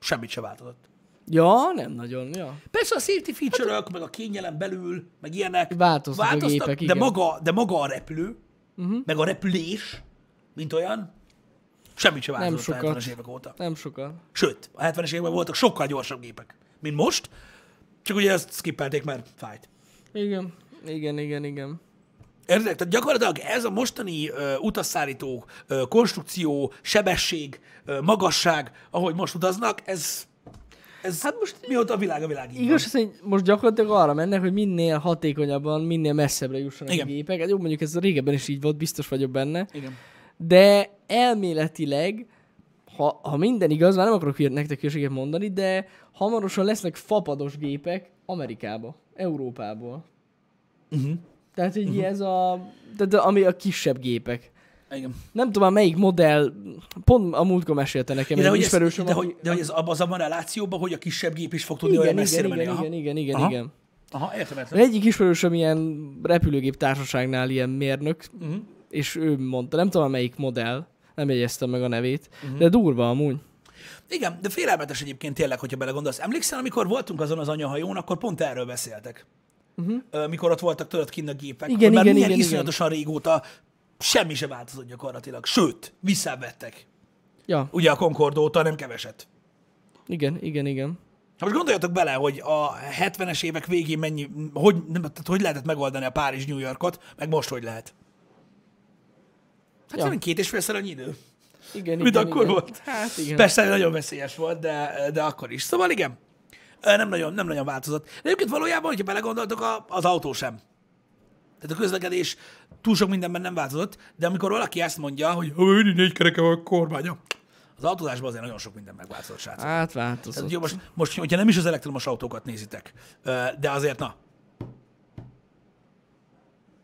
[SPEAKER 1] semmit se változott.
[SPEAKER 2] Ja, nem nagyon, ja.
[SPEAKER 1] Persze a safety feature-ök, meg a kényelem belül, meg ilyenek
[SPEAKER 2] Változnak Hát, a gépek,
[SPEAKER 1] de,
[SPEAKER 2] igen. Mhm.
[SPEAKER 1] maga, de maga a repülő, uh-huh. meg a repülés, mint olyan, semmit sem változott a
[SPEAKER 2] sokat.
[SPEAKER 1] 70-es évek óta.
[SPEAKER 2] Nem sokat.
[SPEAKER 1] Sőt, a 70-es években voltak sokkal gyorsabb gépek, mint most, csak ugye ezt skippelték, mert fájt.
[SPEAKER 2] Igen, igen, igen, igen.
[SPEAKER 1] Érted? Tehát gyakorlatilag ez a mostani ö, utasszállító, ö, konstrukció, sebesség, ö, magasság, ahogy most utaznak, ez, ez hát most mióta a világ a világ így
[SPEAKER 2] Igaz, hogy most gyakorlatilag arra mennek, hogy minél hatékonyabban, minél messzebbre jussanak
[SPEAKER 1] Igen.
[SPEAKER 2] a gépek. Hát Jó, mondjuk ez régebben is így volt, biztos vagyok benne.
[SPEAKER 1] van. Igen.
[SPEAKER 2] De elméletileg, ha, ha minden igaz, már nem akarok hülye- nektek hülyeséget mondani, de
[SPEAKER 1] Mhm.
[SPEAKER 2] hamarosan lesznek fapados gépek Amerikába, Európából. Uh-huh. Tehát így uh-huh. ez a, de, de, ami a kisebb gépek.
[SPEAKER 1] Igen.
[SPEAKER 2] Nem tudom már melyik modell, pont a múltkor mesélte nekem
[SPEAKER 1] De
[SPEAKER 2] egy
[SPEAKER 1] hogy, ez,
[SPEAKER 2] ismerősöm.
[SPEAKER 1] de,
[SPEAKER 2] aki-
[SPEAKER 1] hogy, de hogy ez abban az abban a relációban, hogy a kisebb gép is fog tudni
[SPEAKER 2] igen,
[SPEAKER 1] olyan
[SPEAKER 2] igen,
[SPEAKER 1] messzire
[SPEAKER 2] igen,
[SPEAKER 1] menni. Aha.
[SPEAKER 2] igen, igen, igen,
[SPEAKER 1] Aha.
[SPEAKER 2] igen.
[SPEAKER 1] Aha, értem, értem.
[SPEAKER 2] Egyik ismerősöm ilyen repülőgép társaságnál ilyen mérnök,
[SPEAKER 1] Mhm.
[SPEAKER 2] és ő mondta, nem tudom már melyik modell, nem jegyeztem meg a nevét,
[SPEAKER 1] Mhm.
[SPEAKER 2] de durva amúgy.
[SPEAKER 1] Igen, de félelmetes egyébként tényleg, hogyha belegondolsz. Emlékszel, amikor voltunk azon az anyahajón, akkor pont erről beszéltek. Uh-huh. Mikor ott voltak tudod kint a gépek.
[SPEAKER 2] Mhm. Igen,
[SPEAKER 1] akkor már
[SPEAKER 2] igen,
[SPEAKER 1] milyen
[SPEAKER 2] igen,
[SPEAKER 1] iszonyatosan régóta semmi se változott gyakorlatilag. Sőt, visszavettek.
[SPEAKER 2] Ja,
[SPEAKER 1] Ugye a Concorde óta nem keveset.
[SPEAKER 2] igen, igen, igen.
[SPEAKER 1] Ha most gondoljatok bele, hogy a 70-es évek végén mennyi, hogy, nem, tehát hogy lehetett megoldani a Párizs-New Yorkot, meg most hogy lehet. Hát
[SPEAKER 2] Ja.
[SPEAKER 1] ja. két és félszer annyi idő.
[SPEAKER 2] igen
[SPEAKER 1] Mint
[SPEAKER 2] igen,
[SPEAKER 1] akkor
[SPEAKER 2] igen.
[SPEAKER 1] volt.
[SPEAKER 2] Hát igen.
[SPEAKER 1] Persze nagyon veszélyes volt, de, de akkor is. Szóval igen, Ö, nem nagyon, nem nagyon változott. De egyébként valójában, hogyha belegondoltok, a- az autó sem. Tehát a közlekedés túl sok mindenben nem változott, de amikor valaki ezt mondja, hogy hogy négy kereke van a kormánya, az autózásban azért nagyon sok minden megváltozott, srácok. Tehát,
[SPEAKER 2] Hát változott.
[SPEAKER 1] jó, most, most, hogyha nem is az elektromos autókat nézitek, ö, de azért na.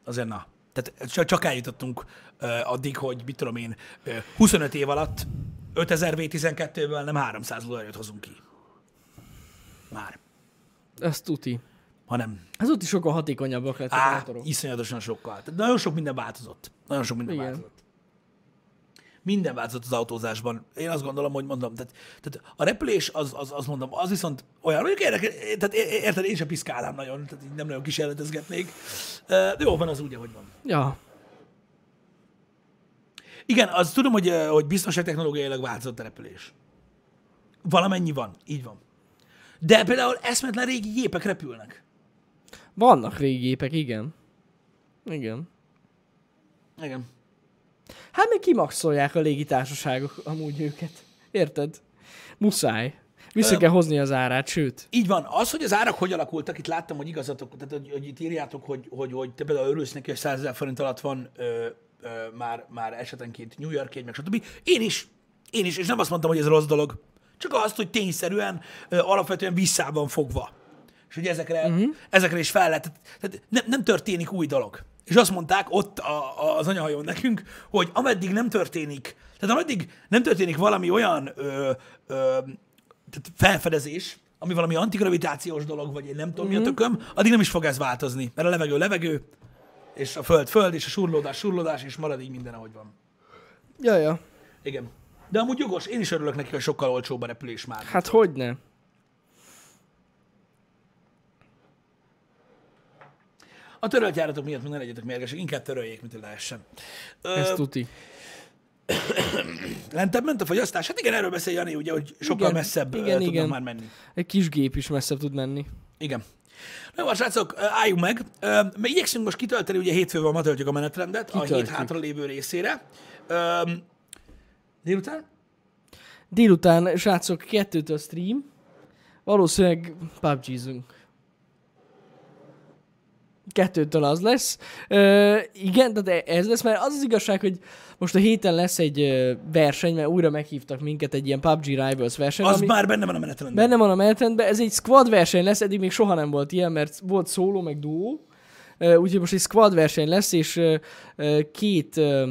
[SPEAKER 1] Azért na. Tehát csak, csak eljutottunk ö, addig, hogy mit tudom én, ö, 25 év alatt 5000 V12-ből nem 300 lóerőt hozunk ki. Már.
[SPEAKER 2] Ez tuti.
[SPEAKER 1] Hanem
[SPEAKER 2] Ez ott is sokkal hatékonyabbak lettek a
[SPEAKER 1] á,
[SPEAKER 2] motorok.
[SPEAKER 1] iszonyatosan sokkal. Tehát nagyon sok minden változott. Nagyon sok minden
[SPEAKER 2] Igen.
[SPEAKER 1] változott. Minden változott az autózásban. Én azt gondolom, hogy mondom, tehát, tehát a repülés, az, az, az mondom, az viszont olyan, mondjuk érdekes, tehát é- é- érted, én sem piszkálám nagyon, tehát így nem nagyon kísérletezgetnék. Ö, De jó, van az úgy, ahogy van.
[SPEAKER 2] Ja,
[SPEAKER 1] Igen, az tudom, hogy, ö, hogy biztonság technológiailag változott a repülés. Valamennyi van, így van. De például eszmetlen régi gépek repülnek.
[SPEAKER 2] vannak régi gépek, igen. Igen.
[SPEAKER 1] Igen.
[SPEAKER 2] Hát meg kimaxolják a légitársaságok amúgy őket. Érted? Muszáj. Vissza
[SPEAKER 1] Ö-
[SPEAKER 2] kell hozni az árát, sőt.
[SPEAKER 1] Így van. Az, hogy az árak hogy alakultak, itt láttam, hogy igazatok, tehát hogy, hogy itt írjátok, hogy, hogy, hogy te például örülsz neki, hogy 100 ezer forint alatt van ö, ö, már, már esetenként New York egy, meg stb. Én is. Én is. És nem azt mondtam, hogy ez rossz dolog. Csak azt, hogy tényszerűen ö, alapvetően vissza van fogva. És hogy ezekre, uh-huh. ezekre is fel lehet. Tehát- Tehát nem, nem történik új dolog. És azt mondták ott a, a, az anyahajón nekünk, hogy ameddig nem történik, tehát ameddig nem történik valami olyan ö, ö, tehát felfedezés, ami valami antigravitációs dolog, vagy én nem tudom
[SPEAKER 2] Mhm.
[SPEAKER 1] mi a tököm, addig nem is fog ez változni. Mert a levegő levegő, és a föld föld, és a surlódás surlódás, és marad így minden, ahogy van.
[SPEAKER 2] Ja, ja.
[SPEAKER 1] Igen. De amúgy jogos, én is örülök neki, hogy sokkal olcsóbb a repülés már.
[SPEAKER 2] Hát hogy ne?
[SPEAKER 1] A törölt járatok miatt még ne legyetek mérgesek, inkább töröljék, mint hogy lehessen.
[SPEAKER 2] Ez
[SPEAKER 1] Ö,
[SPEAKER 2] tuti.
[SPEAKER 1] lentebb ment a fogyasztás? Hát igen, erről beszél Jani, ugye, hogy sokkal
[SPEAKER 2] Igen,
[SPEAKER 1] messzebb
[SPEAKER 2] igen,
[SPEAKER 1] igen, tudnak
[SPEAKER 2] igen.
[SPEAKER 1] igen. már menni.
[SPEAKER 2] Egy kis gép is messzebb tud menni.
[SPEAKER 1] Igen. Na jó, hát srácok, ö, álljunk meg. Ö, Mi igyekszünk most kitölteni, ugye hétfővel ma töltjük a menetrendet, a hét
[SPEAKER 2] Kitöltjük.
[SPEAKER 1] hátra lévő részére. Ö, Délután?
[SPEAKER 2] Délután, srácok, kettőtől stream. Valószínűleg PUBG-zünk. Kettőtől az lesz. Ö, igen, de ez lesz, mert az az igazság, hogy most a héten lesz egy ö, verseny, mert újra meghívtak minket egy ilyen PUBG Rivals verseny.
[SPEAKER 1] Az
[SPEAKER 2] ami-
[SPEAKER 1] már benne van a menetrendben.
[SPEAKER 2] Benne van a menetrendben, ez egy squad verseny lesz, eddig még soha nem volt ilyen, mert volt szóló, meg duó, Ö, úgyhogy most egy squad verseny lesz, és ö, ö, két, ö,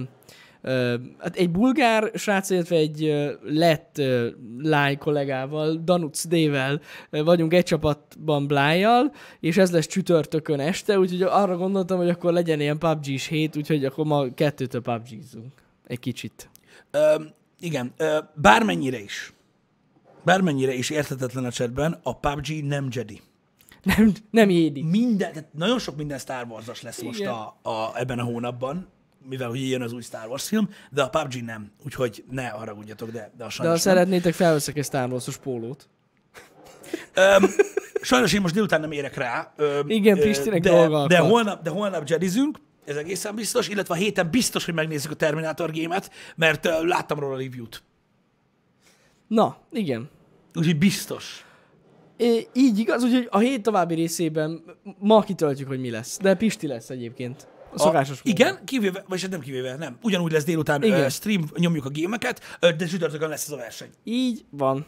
[SPEAKER 2] ö, hát egy bulgár srác, illetve egy ö, lett ö, lány kollégával, Danuc D-vel ö, vagyunk egy csapatban Blájjal, és ez lesz csütörtökön este, úgyhogy arra gondoltam, hogy akkor legyen ilyen PUBG-s hét, úgyhogy akkor ma kettőtől PUBG-zunk. Egy kicsit.
[SPEAKER 1] Ö, igen, ö, bármennyire is, bármennyire is érthetetlen a csetben, a PUBG nem Jedi.
[SPEAKER 2] Nem, nem jédik.
[SPEAKER 1] Minden, tehát nagyon sok minden Star Wars-as lesz most
[SPEAKER 2] Igen.
[SPEAKER 1] a, a, ebben a hónapban, mivel hogy jön az új Star Wars film, de a PUBG nem, úgyhogy ne haragudjatok, de, de a
[SPEAKER 2] De ha
[SPEAKER 1] sajnos nem.
[SPEAKER 2] szeretnétek, felveszek egy Star Wars-os pólót.
[SPEAKER 1] Sajnos én most délután nem érek rá. Ö,
[SPEAKER 2] Igen,
[SPEAKER 1] ö,
[SPEAKER 2] Pistinek
[SPEAKER 1] de,
[SPEAKER 2] dolga
[SPEAKER 1] de
[SPEAKER 2] akadt.
[SPEAKER 1] holnap, de holnap jedizünk, ez egészen biztos, illetve a héten biztos, hogy megnézzük a Terminator gémet, mert ö, láttam róla a review-t.
[SPEAKER 2] Na, igen.
[SPEAKER 1] Úgyhogy biztos.
[SPEAKER 2] É, így igaz, úgyhogy a hét további részében ma kitöltjük, hogy mi lesz. De Pisti lesz egyébként. A szokásos
[SPEAKER 1] a, Igen, kivéve, vagy hát nem kivéve, nem. Ugyanúgy lesz délután
[SPEAKER 2] Igen.
[SPEAKER 1] Ö, stream, nyomjuk a gémeket, ö, de csütörtökön lesz ez a verseny.
[SPEAKER 2] Így van.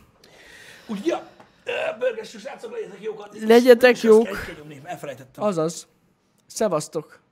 [SPEAKER 1] Úgyhogy, ja, ö, börgessük, srácok, legyetek jókat.
[SPEAKER 2] Legyetek
[SPEAKER 1] És ezt kell
[SPEAKER 2] jók.
[SPEAKER 1] itt kinyomni, Elfelejtettem.
[SPEAKER 2] Azaz. Szevasztok.